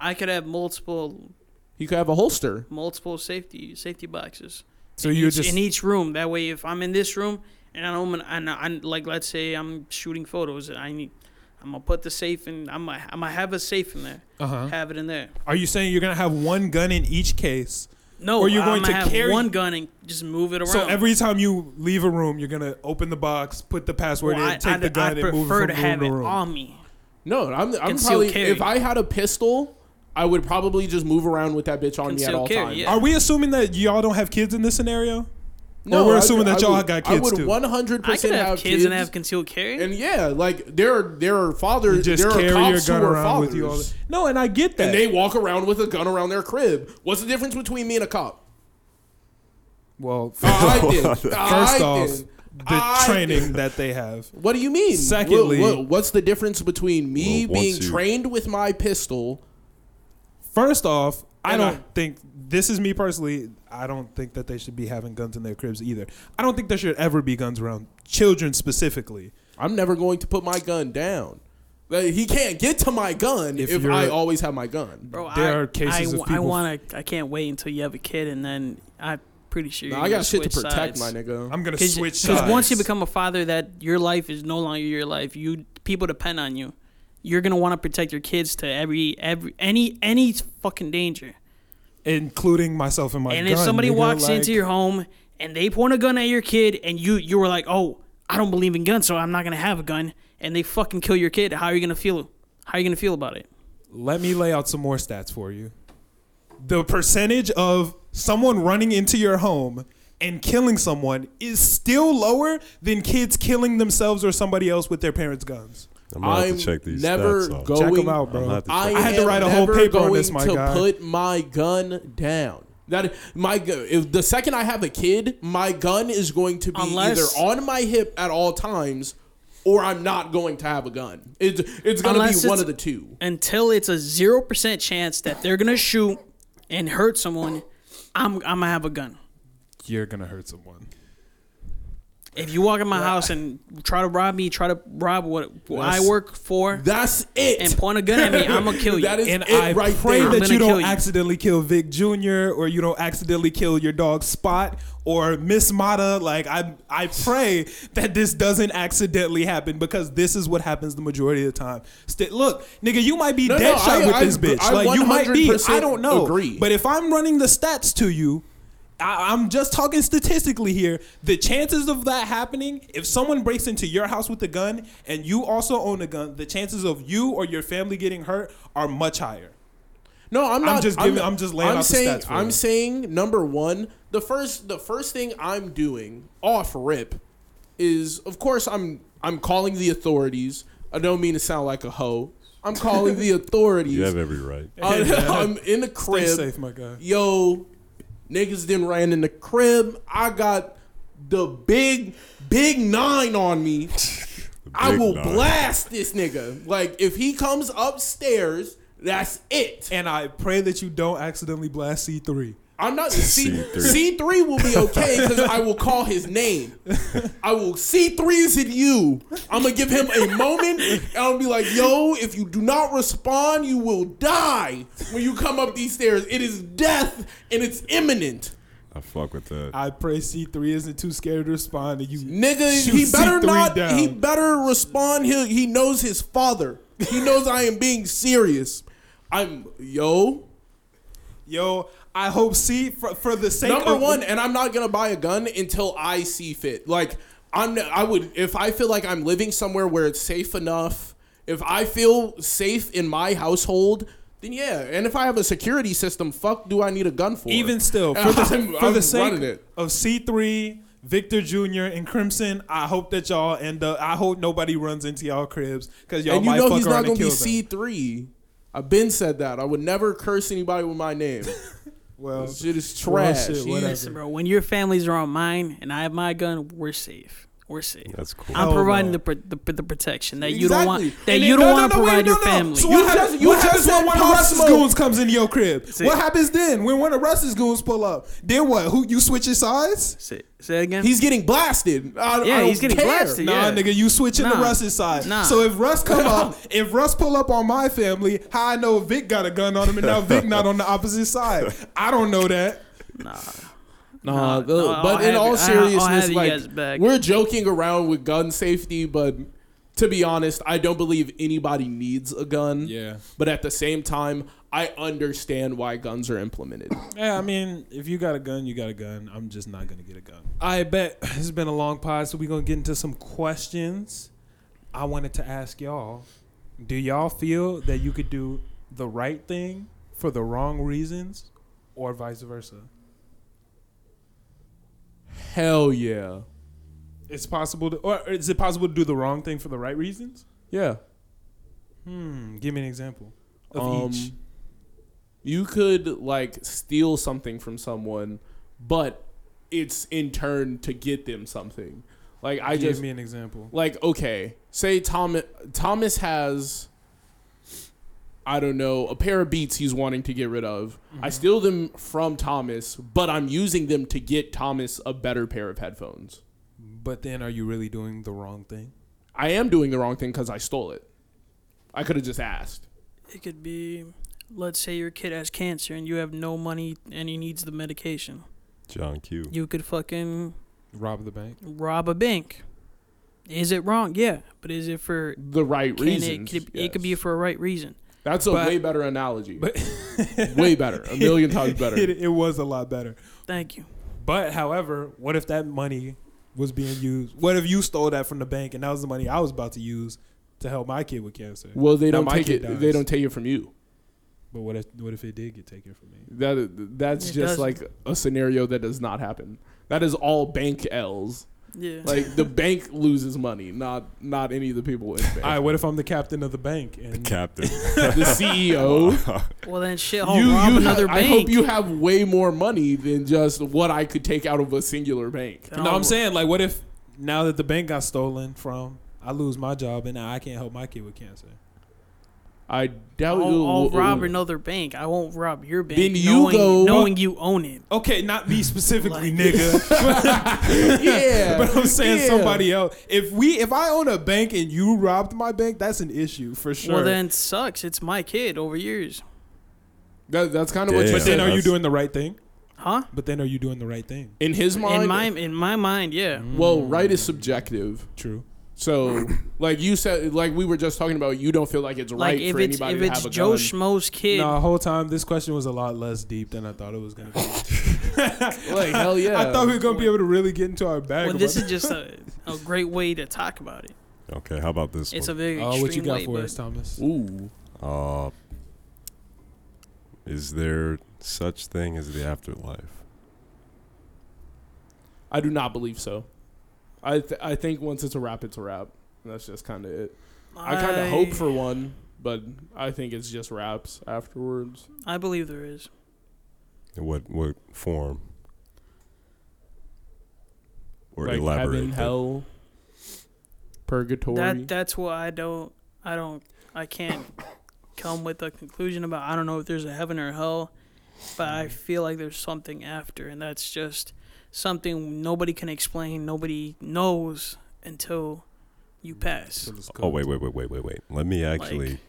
I could have multiple
You could have a holster.
multiple safety safety boxes.
So
in
you
each,
just
in each room. That way, if I'm in this room and I'm and I, I like let's say I'm shooting photos and I need, I'm gonna put the safe in. I'm gonna, I'm gonna have a safe in there.
uh huh.
Have it in there.
Are you saying you're gonna have one gun in each case?
No,
Or you're going
I'ma
to
have
carry-
one gun and just move it around.
So every time you leave a room, you're gonna open the box, put the password
Well,
in,
I,
take
I,
the
I
gun, and move it
prefer
from
to
room
have
to
it
room.
on me.
No, I'm, I'm
Conceal
probably
carry.
if I had a pistol, I would probably just move around with that bitch on me at
Conceal
all
carry,
times.
yeah.
Are we assuming that y'all don't have kids in this scenario?
No,
we're
I-
assuming that
I
y'all
would-
got
I
kids
would
too.
100
I could
percent
have,
have
kids, and have concealed carry.
And yeah, like there are there are fathers,
You just
there
carry
are
your
cops
gun
who are
around
fathers,
with you all. The- no, and I get that.
and they walk around with a gun around their crib. What's the difference between me and a cop?
well, [LAUGHS]
[LAUGHS] Oh, I
first
did. I
off,
did.
the
I
training
did.
that they have.
What do you mean?
Secondly-
Wha- wha- what's the difference between me
Well, once
being
you-
trained with my pistol?
First off, I
And I-
don't think this is me personally. I don't think that they should be having guns in their cribs either. I don't think there should ever be guns around children specifically.
I'm never going to put my gun down. Like, he can't get to my gun
If
if,
you're-
I always have my gun.
Bro,
There
I,
are cases
I,
of
w- I
people-
wanna. I can't wait until you have a kid, and then I'm pretty sure.
No,
you're
I
gonna
got shit to
switch
protect,
sides.
my nigga.
I'm gonna
Cause,
switch
'cause
sides.
once you become a father, that your life is no longer your life. You people depend on you. You're gonna want to protect your kids to every every any any fucking danger.
including myself and my
and if
gun,
somebody
nigga,
walks
like-
into your home and they point a gun at your kid, and you you were like, oh, I don't believe in guns, so I'm not gonna have a gun, and they fucking kill your kid, how are you gonna feel? How are you gonna feel about it?
Let me lay out some more stats for you. The percentage of someone running into your home and killing someone is still lower than kids killing themselves or somebody else with their parents' guns.
I'm gonna have
I'm
to check these
never
stats out.
go-
Check them
Going-
out,
I'm gonna
bro.
have to
I,
check-
I had to
am
write a whole
never
paper on
going
this, my
to
guy.
put my gun down. That my gu- if the second I have a kid, my gun is going to be
Unless-
either on my hip at all times, or I'm not going to have a gun. It's it's going
Unless
to be one
it's-
of the two.
Until it's a zero percent chance that they're gonna shoot and hurt someone, I'm I'm gonna have a gun.
You're gonna hurt someone.
If you walk in my house and try to rob me, try to rob what I
That's-
work for,
That's it.
and point a gun at me, I'm
[LAUGHS]
gonna kill you.
That is
And
it
I
right
pray
there.
I'm
that
gonna
you don't
kill you.
accidentally kill Vic Jr. or you don't accidentally kill your dog Spot or Miss Mata. Like I, I pray that this doesn't accidentally happen because this is what happens the majority of the time. St- look, nigga, you might be
No,
dead
no,
shot
I-
with
I-
this bitch.
I
like you might be. I don't know.
100% agree.
But if I'm running the stats to you. I, I'm just talking statistically here. The chances of that happening, if someone breaks into your house with a gun and you also own a gun, the chances of you or your family getting hurt are much higher.
No, I'm not.
just giving- I'm just laying out the
saying,
stats for
I'm
you.
saying number one, the first, the first thing I'm doing off rip is, of course, I'm I'm calling the authorities. I don't mean to sound like a hoe. I'm calling
[LAUGHS]
the authorities.
You have every right.
I'm, [LAUGHS] I'm in the
Stay
crib.
safe, my guy.
Yo, niggas then ran in the crib. I got the big, big nine on
[LAUGHS]
me. I
Big
will
nine.
blast this nigga. Like if he comes upstairs, that's it.
And I pray that you don't accidentally blast C3.
I'm [LAUGHS] not C
C3.
C three will be okay because I will call his name. I will C threes at you. I'm gonna give him a moment and I'll be like, yo, if you do not respond, you will die when you come up these stairs. It is death and it's imminent.
I fuck with that.
I pray C3 isn't too scared to respond to you.
Nigga,
Shoot
he better
C3
not
down.
he better respond. He he knows his father. He knows I am being serious. I'm yo,
Yo, I hope C for, for the sake
Number
of
one, and I'm not gonna buy a gun until I see fit. Like I'm, I would if I feel like I'm living somewhere where it's safe enough. If I feel safe in my household, then yeah. And if I have a security system, fuck, do I need a gun for?
even still for the,
[LAUGHS] I'm-
for
I'm
the sake
running it.
of C3, Victor Jr. and Crimson. I hope that y'all end up. I hope nobody runs into y'all cribs because y'all
and you
might
know
fuck
he's
around
not
and
gonna
kill
be C
them.
three. I've been said that. I would never curse anybody with my
[LAUGHS]
name.
well,
Shit is
Well,
trash.
shit,
He-
whatever.
Listen, bro, when your family's around mine and I have my gun, we're safe. We're safe.
That's cool.
I'm
Hell
providing
no.
the, pro- the pro- the protection that you don't want
Exactly. And
that
it-
Oh, And then-
you don't
no,
want to
no, no,
provide
wait,
your
no, no.
family.
So
You
what,
just-
happens,
you
what
just
happens
said
when one of
Pablo
Russ's
Smoke.
goons comes into your crib?
See.
What happens then when one of Russ's goons pull up? Then what? Who you switch your sides?
Say, say that again.
He's getting blasted. I,
Yeah,
I don't
he's getting
care.
blasted.
Nah,
Yeah.
nigga, you switching to
Nah.
Russ's side.
Nah.
So if Russ come up,
[LAUGHS]
if Russ pull up on my family, how I know Vic got a gun on him and now Vic not on the opposite side? I don't know that.
nah.
Nah,
Nah,
the-
nah,
Uh, but
I'll
in
have
all
you- I'll- I'll
seriousness,
have you
like
guys back.
we're joking around with gun safety, but to be honest, I don't believe anybody needs a gun.
Yeah.
But at the same time, I understand why guns are implemented.
Yeah, I mean, if you got a gun, you got a gun. I'm just not gonna get a gun. I bet [LAUGHS] this has been a long pod, so we're gonna get into some questions. I wanted to ask y'all: Do y'all feel that you could do the right thing for the wrong reasons, or vice versa?
Hell yeah,
It's possible, to, or is it possible to do the wrong thing for the right reasons?
yeah.
Hmm. Give me an example of each.
You could like steal something from someone, but it's in turn to get them something. Like I
give
just
me an example.
like okay, say Thomas Thomas has I don't know, a pair of beats he's wanting to get rid of.
Mm-hmm.
I steal them from Thomas, but I'm using them to get Thomas a better pair of headphones.
But then, are you really doing the wrong thing?
I am doing the wrong thing cuz I stole it. I could have just asked.
It could be, let's say your kid has cancer and you have no money and he needs the medication.
John
[LAUGHS]
Q.
You could fucking
Rob the bank.
rob a bank. Is it wrong? Yeah, but is it for?
The right
Can
reason.
it? Could it, it could be for a right reason.
That's a
But-
way better analogy.
but-
way better. A million times
[LAUGHS] it,
better.
it was a lot better.
Thank you.
But however, what if that money was being used? What if you stole that from the bank and that was the money I was about to use to help my kid with cancer?
Well, they
Now
don't
my
take it.
kid dies.
They don't take it from you.
But what if what if it did get taken from me?
That that's
It
just
does-
like a scenario that does not happen. That is all bank L's.
Yeah.
Like
[LAUGHS]
the bank loses money, not not any of the people in
All
[LAUGHS]
right,
bank.
what if I'm the captain of the bank and
[LAUGHS]
Captain.
the
[LAUGHS]
CEO.
well then, shit.
you
I'll rob
you
another
ha- I
bank.
hope you have way more money than just what I could take out of a singular bank.
No, I'm saying like what if now that the bank got stolen from I lose my job and now I can't help my kid with cancer.
I doubt
I'll,
you.
I'll rob another bank. I won't rob your bank.
Then you
knowing,
go-
knowing you own it.
Okay, not me specifically,
Like-
[LAUGHS]
nigga.
Yeah,
[LAUGHS] but I'm saying
yeah.
somebody else. If we if I own a bank and you robbed my bank, that's an issue for sure.
Well then, sucks. It's my kid over yours.
That, that's kind of what
Damn.
you
but then
said.
are you
that's-
doing the right thing?
Huh?
But then are you doing the right thing?
In his mind,
in my Mm. in my mind, yeah.
well, right is subjective.
True.
So, like you said, like we were just talking about, you don't feel like it's
Like
right
if
for
it's
anybody
if
to
it's
have a
Joe
gun.
Schmo's kid,
No, the whole time this question was a lot less deep than I thought it was gonna be.
like
[LAUGHS]
hell yeah,
I thought we were gonna be able to really get into our bag.
well,
about
this
that.
is just a, a great way to talk about it.
okay, how about this
It's a
one?
very
uh,
Oh,
extreme
what you got
way,
for
but
us, Thomas?
Ooh,
uh, is there such thing as the afterlife?
I do not believe so. I th- I think once it's a wrap, it's a wrap. That's just kind of it. I kind of hope for one, but I think it's just wraps afterwards.
I believe there is.
In what what form? Or
like
elaborate.
heaven,
that-
hell, purgatory.
That that's what I don't. I don't. I can't come with a conclusion about. I don't know if there's a heaven or hell, but
Mm-hmm.
I feel like there's something after, and that's just something nobody can explain. Nobody knows until you pass.
Oh wait, wait, wait, wait, wait, wait. Let me actually
Like-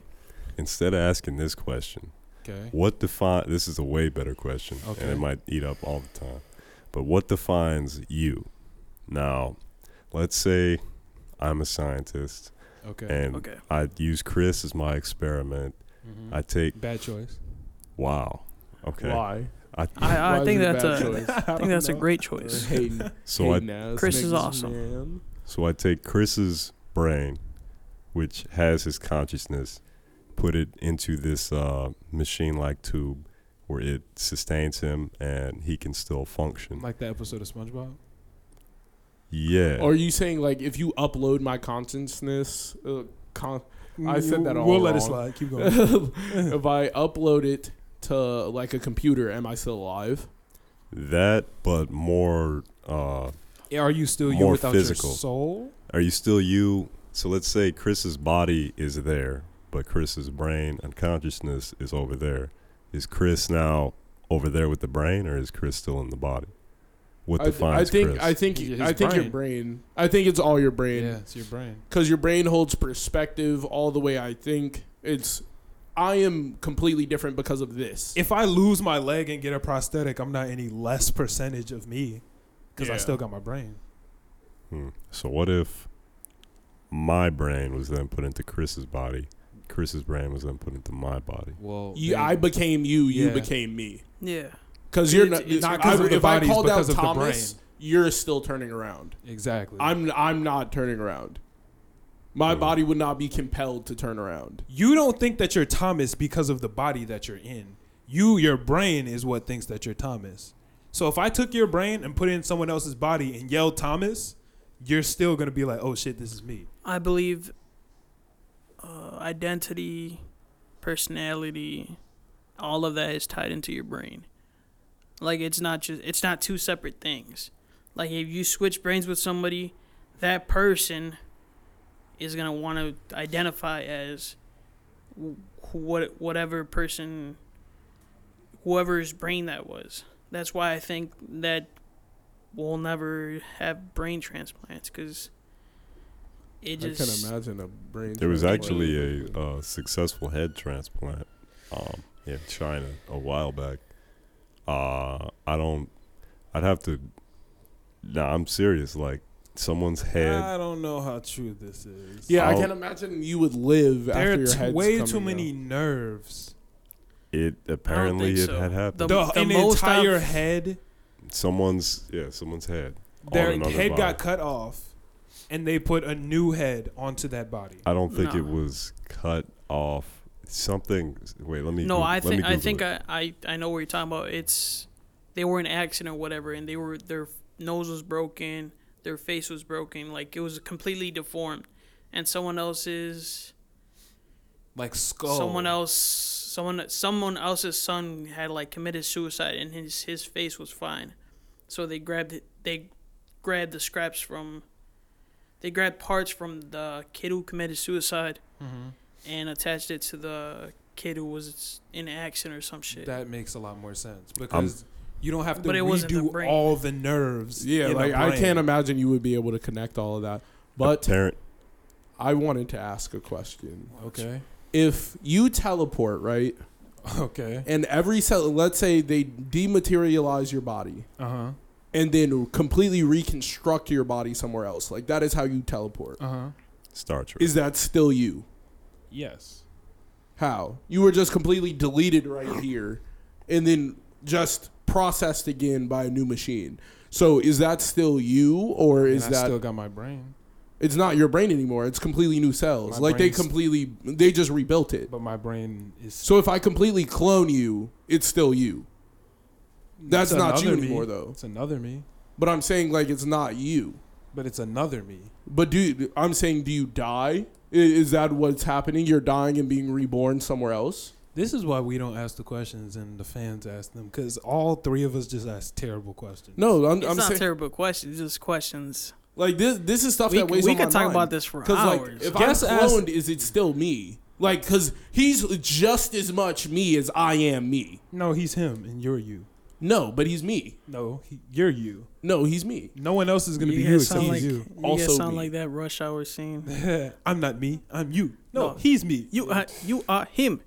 instead of asking this question,
Okay.
what define this is a way better question and
Okay.
it might eat up all the time. But what defines you? Now, let's say I'm a scientist
Okay.
and
Okay.
I use Chris as my experiment.
Mhm.
I take
Bad choice.
wow. Okay.
Why?
I,
Why
I, I
is
think
it a
that's
bad
a.
choice?
I
[LAUGHS]
think that's a great choice.
Hayden,
so I
Hayden ass
Chris is
niggas,
awesome.
man.
So I take Chris's brain, which has his consciousness, put it into this uh, machine like tube where it sustains him and he can still function.
Like that episode of SpongeBob.
yeah.
Are you saying like if you upload my consciousness, uh, con- [LAUGHS] I said that all
We'll let it
wrong.
slide. Keep going.
[LAUGHS]
[LAUGHS]
if I upload it to like a computer, am I still alive?
that, but more uh,
Are you still you
More
without
physical.
your soul?
Are you still you? So let's say Chris's body is there, but Chris's brain and consciousness is over there. Is Chris now over there with the brain, or is Chris still in the body? What
I, th- I
defines
think
Chris?
I think
His
I think your
brain.
brain. I think it's all your brain.
Yeah, it's your brain.
because your brain holds perspective all the way I think. It's I am completely different because of this.
If I lose my leg and get a prosthetic, I'm not any less percentage of me because I
Yeah.
still got my brain.
Hmm. So what if my brain was then put into Chris's body? Chris's brain was then put into my body.
Well,
you,
then-
I became you, you
Yeah.
became me.
Yeah.
Because you're
It's-
not.
it's
not
I,
'cause of the
if
bodies,
I called out
because of the
Thomas, you're still turning around.
Exactly.
I'm I'm not turning around. My
Hmm.
body would not be compelled to turn around.
you don't think that you're Thomas because of the body that you're in. You, your brain, is what thinks that you're Thomas. So if I took your brain and put it in someone else's body and yelled Thomas, you're still gonna be like, oh shit, this is me.
I believe uh, identity, personality, all of that is tied into your brain. Like it's not just it's not two separate things. Like if you switch brains with somebody, that person is gonna want to identify as wh- what whatever person, whoever's brain that was. That's why I think that we'll never have brain transplants because it just
imagine a brain.
There was actually a uh, successful head transplant um, in China a while back. Uh, I don't. I'd have to. Nah, I'm serious. Like someone's head.
Uh,
I don't know how true this is.
Yeah, I
Oh.
can't imagine you would live
there
after
are
your
t-
head's
way
coming
too
out.
many nerves.
It apparently it
think so.
had happened.
The-
The,
the
an
most I've-
entire head,
someone's yeah, someone's head. on
their
another
head
body.
got cut off, and they put a new head onto that body.
I don't think it
No.
was cut off. Something. Wait, let me.
No,
Goog-
I
let me
think I
Google
think
it.
I, I I know what you're talking about. It's they were in an accident or whatever, and they were their nose was broken, their face was broken, like it was completely deformed, and someone else's
Like skull.
someone else someone someone else's son had like committed suicide, and his his face was fine, so they grabbed it, they grabbed the scraps from they grabbed parts from the kid who committed suicide
Mm-hmm.
and attached it to the kid who was in an accident or some shit.
That makes a lot more sense because you don't have to
But it wasn't the
redo
brain.
all the nerves.
Yeah,
in the
like I
brain.
can't imagine you would be able to connect all of that. But
Apparent-
I wanted to ask a question.
Okay.
If you teleport, right,
[LAUGHS] Okay.
and every cell, let's say they dematerialize your body
Uh
Uh-huh,
huh.
and then completely reconstruct your body somewhere else, like that is how you teleport.
Uh huh.
uh-huh.
Star Trek.
Is that still you?
Yes.
How? You were just completely deleted
[SIGHS]
right here and then just processed again by a new machine. So is that still you or is
and I
that
still got my brain,
it's not your brain anymore? It's completely new cells.
My
like they
brain's-
completely they just rebuilt it.
but my brain is
So if I completely clone you, it's still you. That's
It's
not you
another me.
anymore, though.
It's another me,
But I'm saying like it's not you.
but it's another me.
But do I'm saying do you die? I- Is that what's happening? You're dying and being reborn somewhere else.
This is why we don't ask the questions and the fans ask them because all three of us just ask terrible questions.
No, I'm,
It's
I'm
not
saying
terrible questions, just questions.
like this. This is stuff
We,
that weighs
we
on
could
my
talk
mind.
about this for
like
hours.
if
Guess
I'm
as-
cloned, is it still me? Like because he's just as much me as I am me.
no, he's him and you're you.
No, but he's me.
No, he, you're you.
No, he's me.
No one else is gonna be
guys
you except
sound like,
you.
guys
Also
sound
me.
like that rush hour
[LAUGHS]
scene.
I'm not me. I'm you. No,
No.
he's me.
You are, you are him.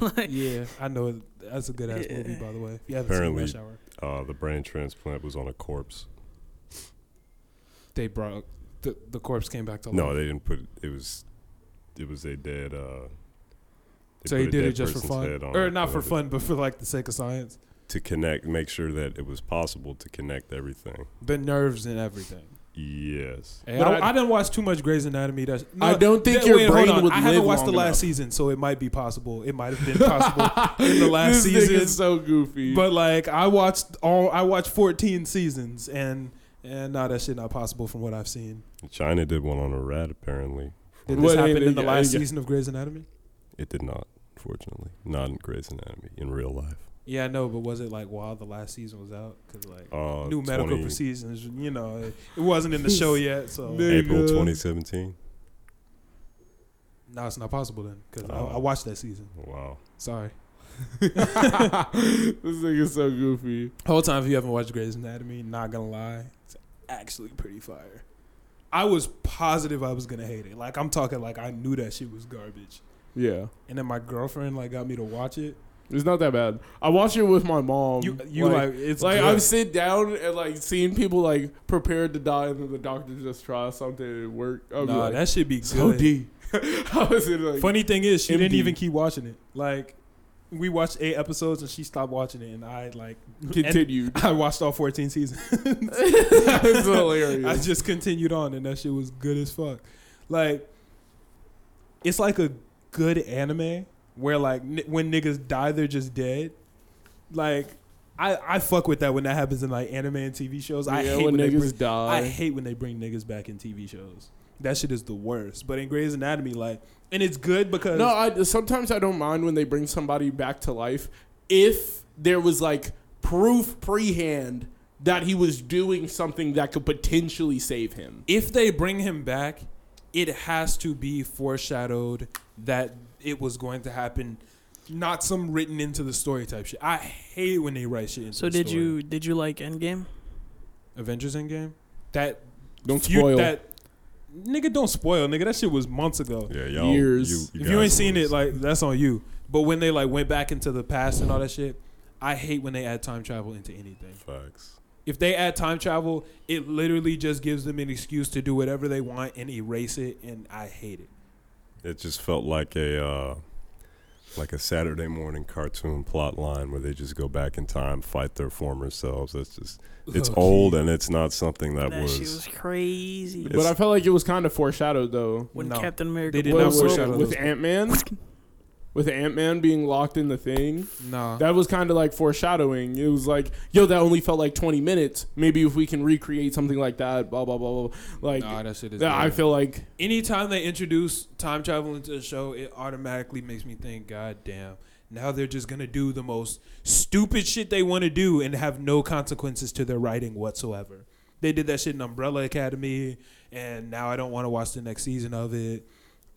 like,
Yeah, I know. it. That's a good ass movie, by the way. If you haven't
Apparently-
seen Rush Hour,
uh, the brain transplant was on a corpse.
they brought the, the corpse came back to life.
No, they didn't put it was it was a dead uh they
so
put
he
a
did it
dead
just for
person's
fun,
head on
or
it,
not for
uh,
fun, but for like the sake of science,
to connect make sure that it was possible to connect everything.
the nerves and everything.
Yes.
Hey,
But
I,
I-
I, didn't watch too much Grey's Anatomy. That's,
I don't think
that-
your
wait, hold
brain
on.
would
I haven't
live
watched the
long
last
enough.
season, so it might be possible. It might
[LAUGHS]
have been possible in the last
this
season.
is so goofy. [LAUGHS]
But like, I watched all. I watched 14 seasons, and and nah, that shit not possible from what I've seen.
China did one on a rat apparently.
Did
What
this happen
ain't
in
it-
the last
yeah.
season of Grey's Anatomy?
It did not, fortunately. Not in Grey's Anatomy, in real life.
Yeah, I know, but was it like while the last season was out? Because like
Uh,
new medical
20
procedures, you know, it, it wasn't in the [LAUGHS] show yet, so
Nigga.
April 2017.
no, it's not possible then. Because
Oh.
I, I watched that season.
Wow.
Sorry,
this nigga's so goofy.
whole time if you haven't watched Grey's Anatomy, not gonna lie, it's actually pretty fire. I was positive I was gonna hate it. Like I'm talking like I knew that shit was garbage,
Yeah,
and then my girlfriend like got me to watch it.
it's not that bad. I watched it with my mom.
You you like, it's
It's like
good.
I've sit down and like seen people like prepared to die, and then the doctor just tries something and it worked. I'll be
nah,
like,
that should be
so
good.
deep. [LAUGHS] I was in like,
Funny thing is, she didn't
MD.
even keep watching it. Like, we watched eight episodes and she stopped watching it, and I like [LAUGHS]
[LAUGHS]
and
continued.
I watched all fourteen seasons. [LAUGHS]
it's hilarious.
I just continued on, and that shit was good as fuck. Like, it's like a good anime where like n- when niggas die, they're just dead. Like, I I fuck with that when that happens in like anime and TV shows. I
Yeah,
hate when, they bring,
niggas die.
I hate when they bring niggas back in TV shows. That shit is the worst. But in Grey's Anatomy, like, and it's good because
No, I sometimes I don't mind when they bring somebody back to life if there was like proof prehand that he was doing something that could potentially save him.
if they bring him back, it has to be foreshadowed that it was going to happen, not some written into the story type shit. I hate when they write shit into
So
the
did
story.
you did you like Endgame?
Avengers Endgame? That
Don't
feud-
spoil.
that nigga don't spoil, nigga. That shit was months ago.
Yeah, y'all.
Years.
if you
guys
ain't seen
was-
it, like that's on you. But when they like went back into the past and all that shit, I hate when they add time travel into anything.
facts.
If they add time travel, it literally just gives them an excuse to do whatever they want and erase it, and I hate it.
It just felt like a uh, like a Saturday morning cartoon plot line where they just go back in time, fight their former selves. That's just it's
Low-key.
old and it's not something that,
That, shit
was.
was crazy.
but I felt like it was kind of foreshadowed though.
when
No.
Captain America
They did
Well,
not
blew up.
with-
foreshadow
with
those.
Ant Man. With Ant Man being locked in the thing,
Nah.
that was kind of like foreshadowing. It was like, yo, that only felt like 20 minutes. Maybe if we can recreate something like that, blah, blah, blah, blah. Like,
nah, that shit is.
that- I
bad.
feel like
Anytime they introduce time travel into the show, it automatically makes me think, God damn, now they're just gonna do the most stupid shit they want to do and have no consequences to their writing whatsoever. They did that shit in Umbrella Academy, and now I don't want to watch the next season of it.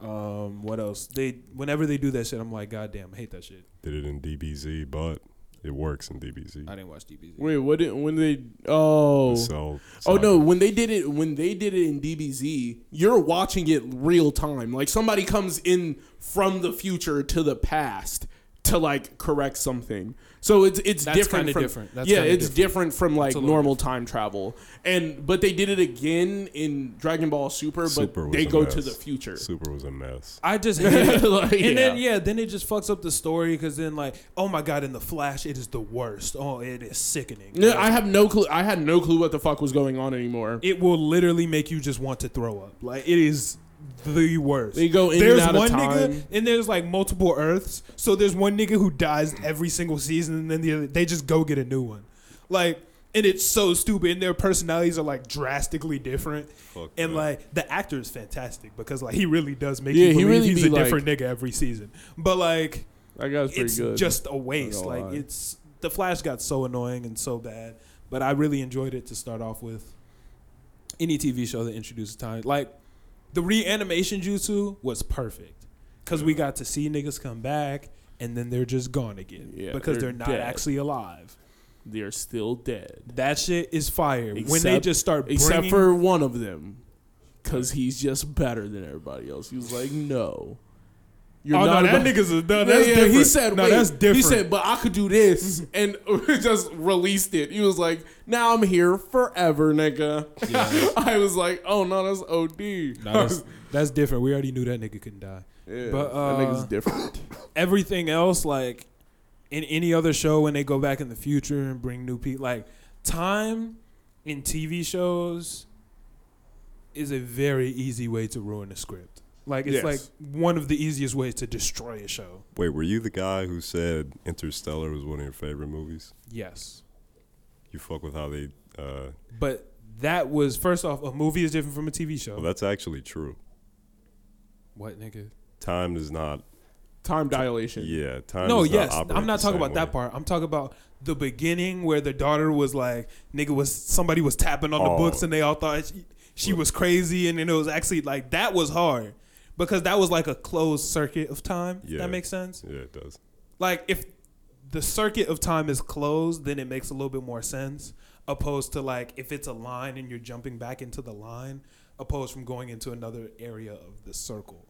Um, what else? They whenever they do that shit, I'm like, God damn, I hate that shit.
Did it in DBZ, but it works in DBZ.
I didn't watch DBZ.
Wait, what did when they oh
So,
oh no when they did it when they did it in DBZ you're watching it real time like somebody comes in from the future to the past to like correct something so it's it's
That's
different
kinda
from
different. That's
yeah
kinda
it's different. from like
a little
normal time travel and but they did it again in Dragon Ball Super but
Super was
they
a
go
mess.
to the future
Super was a mess.
I
[LAUGHS]
just hate it.
Like,
And
yeah.
then yeah, then it just fucks up the story because then like, oh my god, in the Flash, it is the worst. Oh, it is sickening.
No, I have no clue. I had no clue what the fuck was going on anymore.
it will literally make you just want to throw up. Like it is the worst.
They go in
there's
and out
one
of time.
nigga, and there's like multiple Earths. So there's one nigga who dies every single season, and then the other, they just go get a new one. Like, and it's so stupid. And their personalities are like drastically different.
Fuck
And
that.
like the actor is fantastic because like he really does make
Yeah, he
you believe
really
he's
be,
a different nigga every season. But like
That guy's pretty
it's
good.
just a waste.
Not gonna
Like
lie.
it's the Flash got so annoying and so bad, but I really enjoyed it to start off with. Any TV show that introduces time, like the reanimation jutsu, was perfect because we got to see niggas come back and then they're just gone again
Yeah,
because
they're
they're, not
dead.
actually alive.
they're still dead.
That shit is fire when they
Except-
just start bringing. Oh,
except for one of them, because he's just better than everybody else. He was like, "No, you're
oh no,
not."
that
about-
niggas is no,
Yeah,
that's
yeah,
different.
He said,
no,
wait.
that's different.
He [LAUGHS] said, "But I could do this," [LAUGHS] and just released it. He was like, "Now I'm here forever, nigga." [LAUGHS]
Yeah.
I was like, "Oh no, that's OD."
No, that's, that's different. We already knew that nigga couldn't die.
yeah,
but,
that
uh,
nigga's
[COUGHS]
different.
everything else, like in any other show, when they go back in the future and bring new people, like time in TV shows is a very easy way to ruin a script. Like
Yes.
it's like one of the easiest ways to destroy a show.
Wait, were you the guy who said Interstellar was one of your favorite movies?
Yes,
You fuck with how they. Uh,
but that was first off, a movie is different from a TV show.
well, that's actually true.
what nigga?
Time is not
time dilation.
Yeah, time.
no,
does not
yes,
operate
I'm not
the
talking
same
about that
way.
part. I'm talking about the beginning where the daughter was like, nigga was somebody was tapping on
Oh.
the books and they all thought she, she was crazy, and then it was actually like that was hard because that was like a closed circuit of time. if
Yeah.
That makes sense.
Yeah, it does.
Like if the circuit of time is closed, then it makes a little bit more sense. Opposed to like if it's a line and you're jumping back into the line, opposed from going into another area of the circle.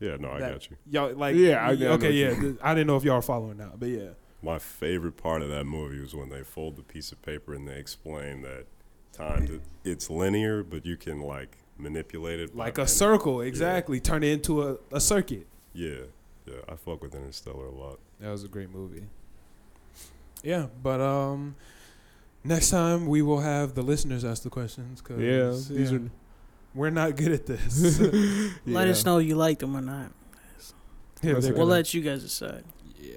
Yeah, no, I
That-
got you.
Y'all like
Yeah, I- I know
okay,
what you
yeah. th- I didn't know if y'all are following now, but yeah.
My favorite part of that movie was when they fold the piece of paper and they explain that time th- it's linear, but you can like manipulate it. by
like
man-
a circle exactly turn it into a, a circuit
Yeah, yeah. I fuck with Interstellar a lot.
that was a great movie yeah but um next time we will have the listeners ask the questions
Yeah,
because
these are.
we're not good at [LAUGHS] this
Let
Yeah.
us know you like them or not.
Yeah, they're
We'll
gonna-
let you guys decide.
yeah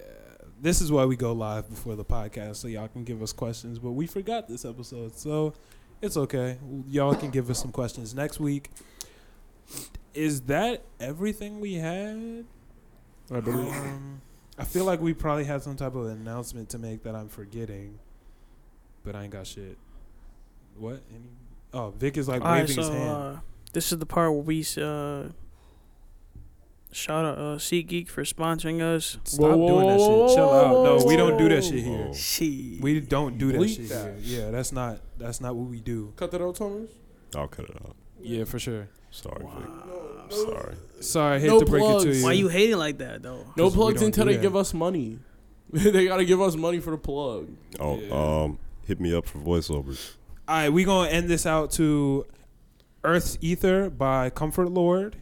this is why we go live before the podcast so y'all can give us questions but we forgot this episode so it's okay y'all can give us some questions next week is that everything we had
I believe.
Um, I feel like we probably had some type of announcement to make that I'm forgetting, but I ain't got shit. What? Any? Oh, Vic is like
All right,
waving
so
his hand.
uh, this is the part where we uh, shout out uh, SeatGeek for sponsoring us.
Stop
Whoa, whoa,
doing that shit.
whoa,
Chill
whoa,
out. No,
whoa,
we don't do that
whoa.
shit here.
Oh.
She.
We don't do that
Bleep
shit
that.
here. Yeah, that's not that's not what we do.
Cut that out, Thomas.
I'll cut it out.
Yeah, for sure.
Sorry, Vic.
Wow.
Sorry.
Sorry, I hate
No
to break it to
plugs.
you.
Why you hating like that though?
No
'Cause we
plugs
don't
until
do
they
that.
give us money. [LAUGHS] they gotta give us money for the plug.
Oh,
Yeah.
um, hit me up for voiceovers.
All right, we gonna end this out to Earth's Ether by Comfort Lord.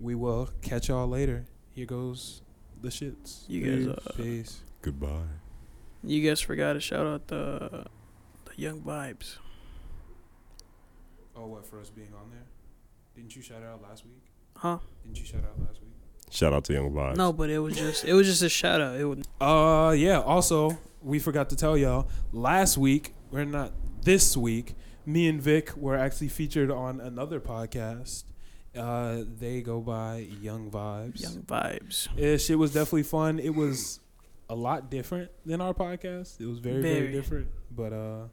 We will catch y'all later. Here goes the shits.
You guys, uh,
Peace.
Goodbye.
You guys forgot to shout out the the Young Vibes.
Oh, what for us being on there? Didn't you shout it out last week?
Huh?
Didn't you shout out last week?
Shout out to Young Vibes.
No, but it was just it was just a shout out. It was
Uh, yeah. Also, we forgot to tell y'all last week. We're not this week. Me and Vic were actually featured on another podcast. Uh, they go by Young Vibes.
Young Vibes.
Yeah, shit was definitely fun. It was a lot different than our podcast. It was very, very,
Very.
different. But uh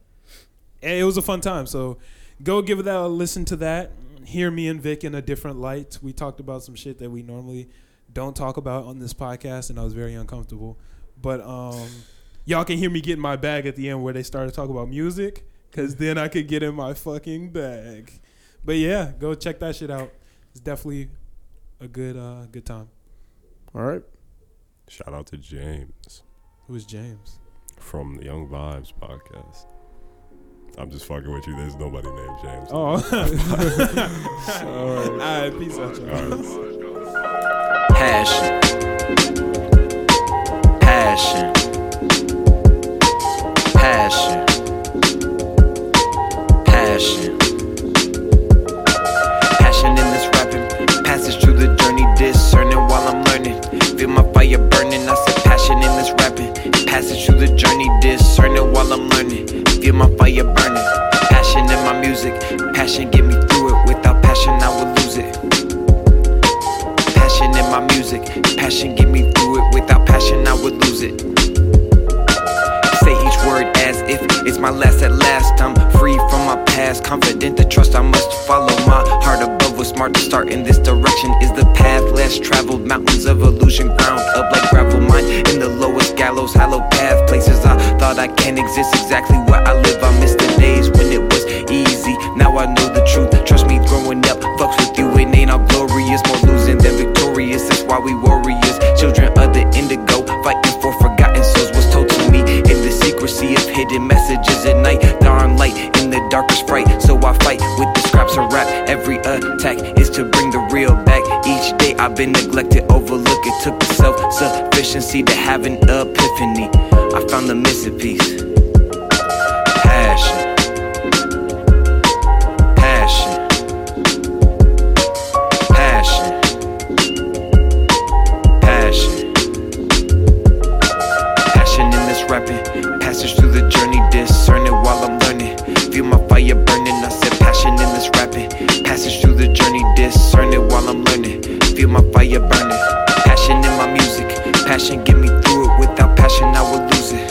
eh, it was a fun time. So go give that a listen to that. Hear me and Vic in a different light. We talked about some shit that we normally don't talk about on this podcast and I was very uncomfortable. But um y'all can hear me get in my bag at the end where they started talking about music cuz then I could get in my fucking bag. But yeah, go check that shit out. It's definitely a good uh good time.
All right.
Shout out to James
Who's James?
from the Young Vibes podcast. I'm just fucking with you. There's nobody named James.
[LAUGHS] Oh.
All
All
right.
right, peace out, y'all.
Passion. Passion. Passion. Passion. Passion in this rapping. Passage through the journey, discerning while I'm learning. Feel my fire burning. I said passion in this rapping. Passage through the journey, discerning while I'm learning. Feel my fire burning. Passion in my music. Passion get me through it. Without passion, I would lose it passion in my music. Passion get me through it. Without passion, I would lose it. Say each word as if it's my last at last. I'm free from my past, confident to trust. I must follow my heart above. Was smart to start in this direction is the path less traveled. Mountains of illusion, ground up like gravel. Mine in the lowest gallows, hollow path. Places I thought I can't exist. Exactly where I live. I miss the days when it was easy. Now I know the truth. Trust me, growing up fucks with you. It ain't all glorious, more losing than victorious. That's why we warriors, children of the indigo, fighting for forgotten souls. Was told to me in the secrecy of hidden messages at night. Darn light in the darkest fright. So I fight with the scraps of rap. Every attack is to bring the real back. Each day I've been neglected, overlooked. It took the self sufficiency to have an epiphany. I found the missing piece. Passion passion, passion, passion, passion in this rapping. Passage through the journey, discerning while I'm learning. Feel my fire burning. I said passion in this rapping. Passage through the journey, discerning while I'm learning. Feel my fire burning. Passion in my music. passion, get me through it. Without passion, I would lose it.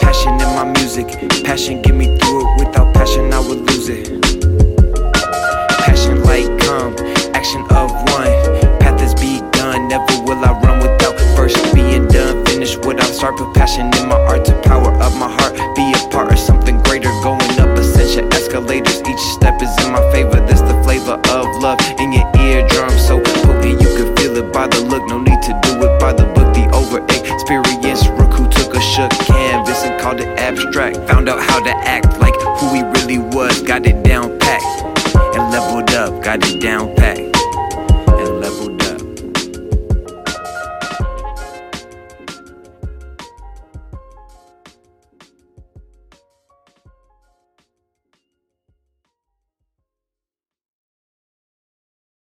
Passion in my music, passion, get me through it. Without passion, I would lose it. Passion like come, action of one. Path is begun, never will I run without first being done. Finish what I start, put passion in my art to power up my heart. Be a part of something greater, going up ascension escalators. Each step is in my favor, that's the flavor of love in your eardrum. So potent, you can feel it by the look. No need to do it by the book. The over experience rook who took a shook canvas and called it abstract. Found out how to act like who he really was, got it down packed and leveled up, got it down pat.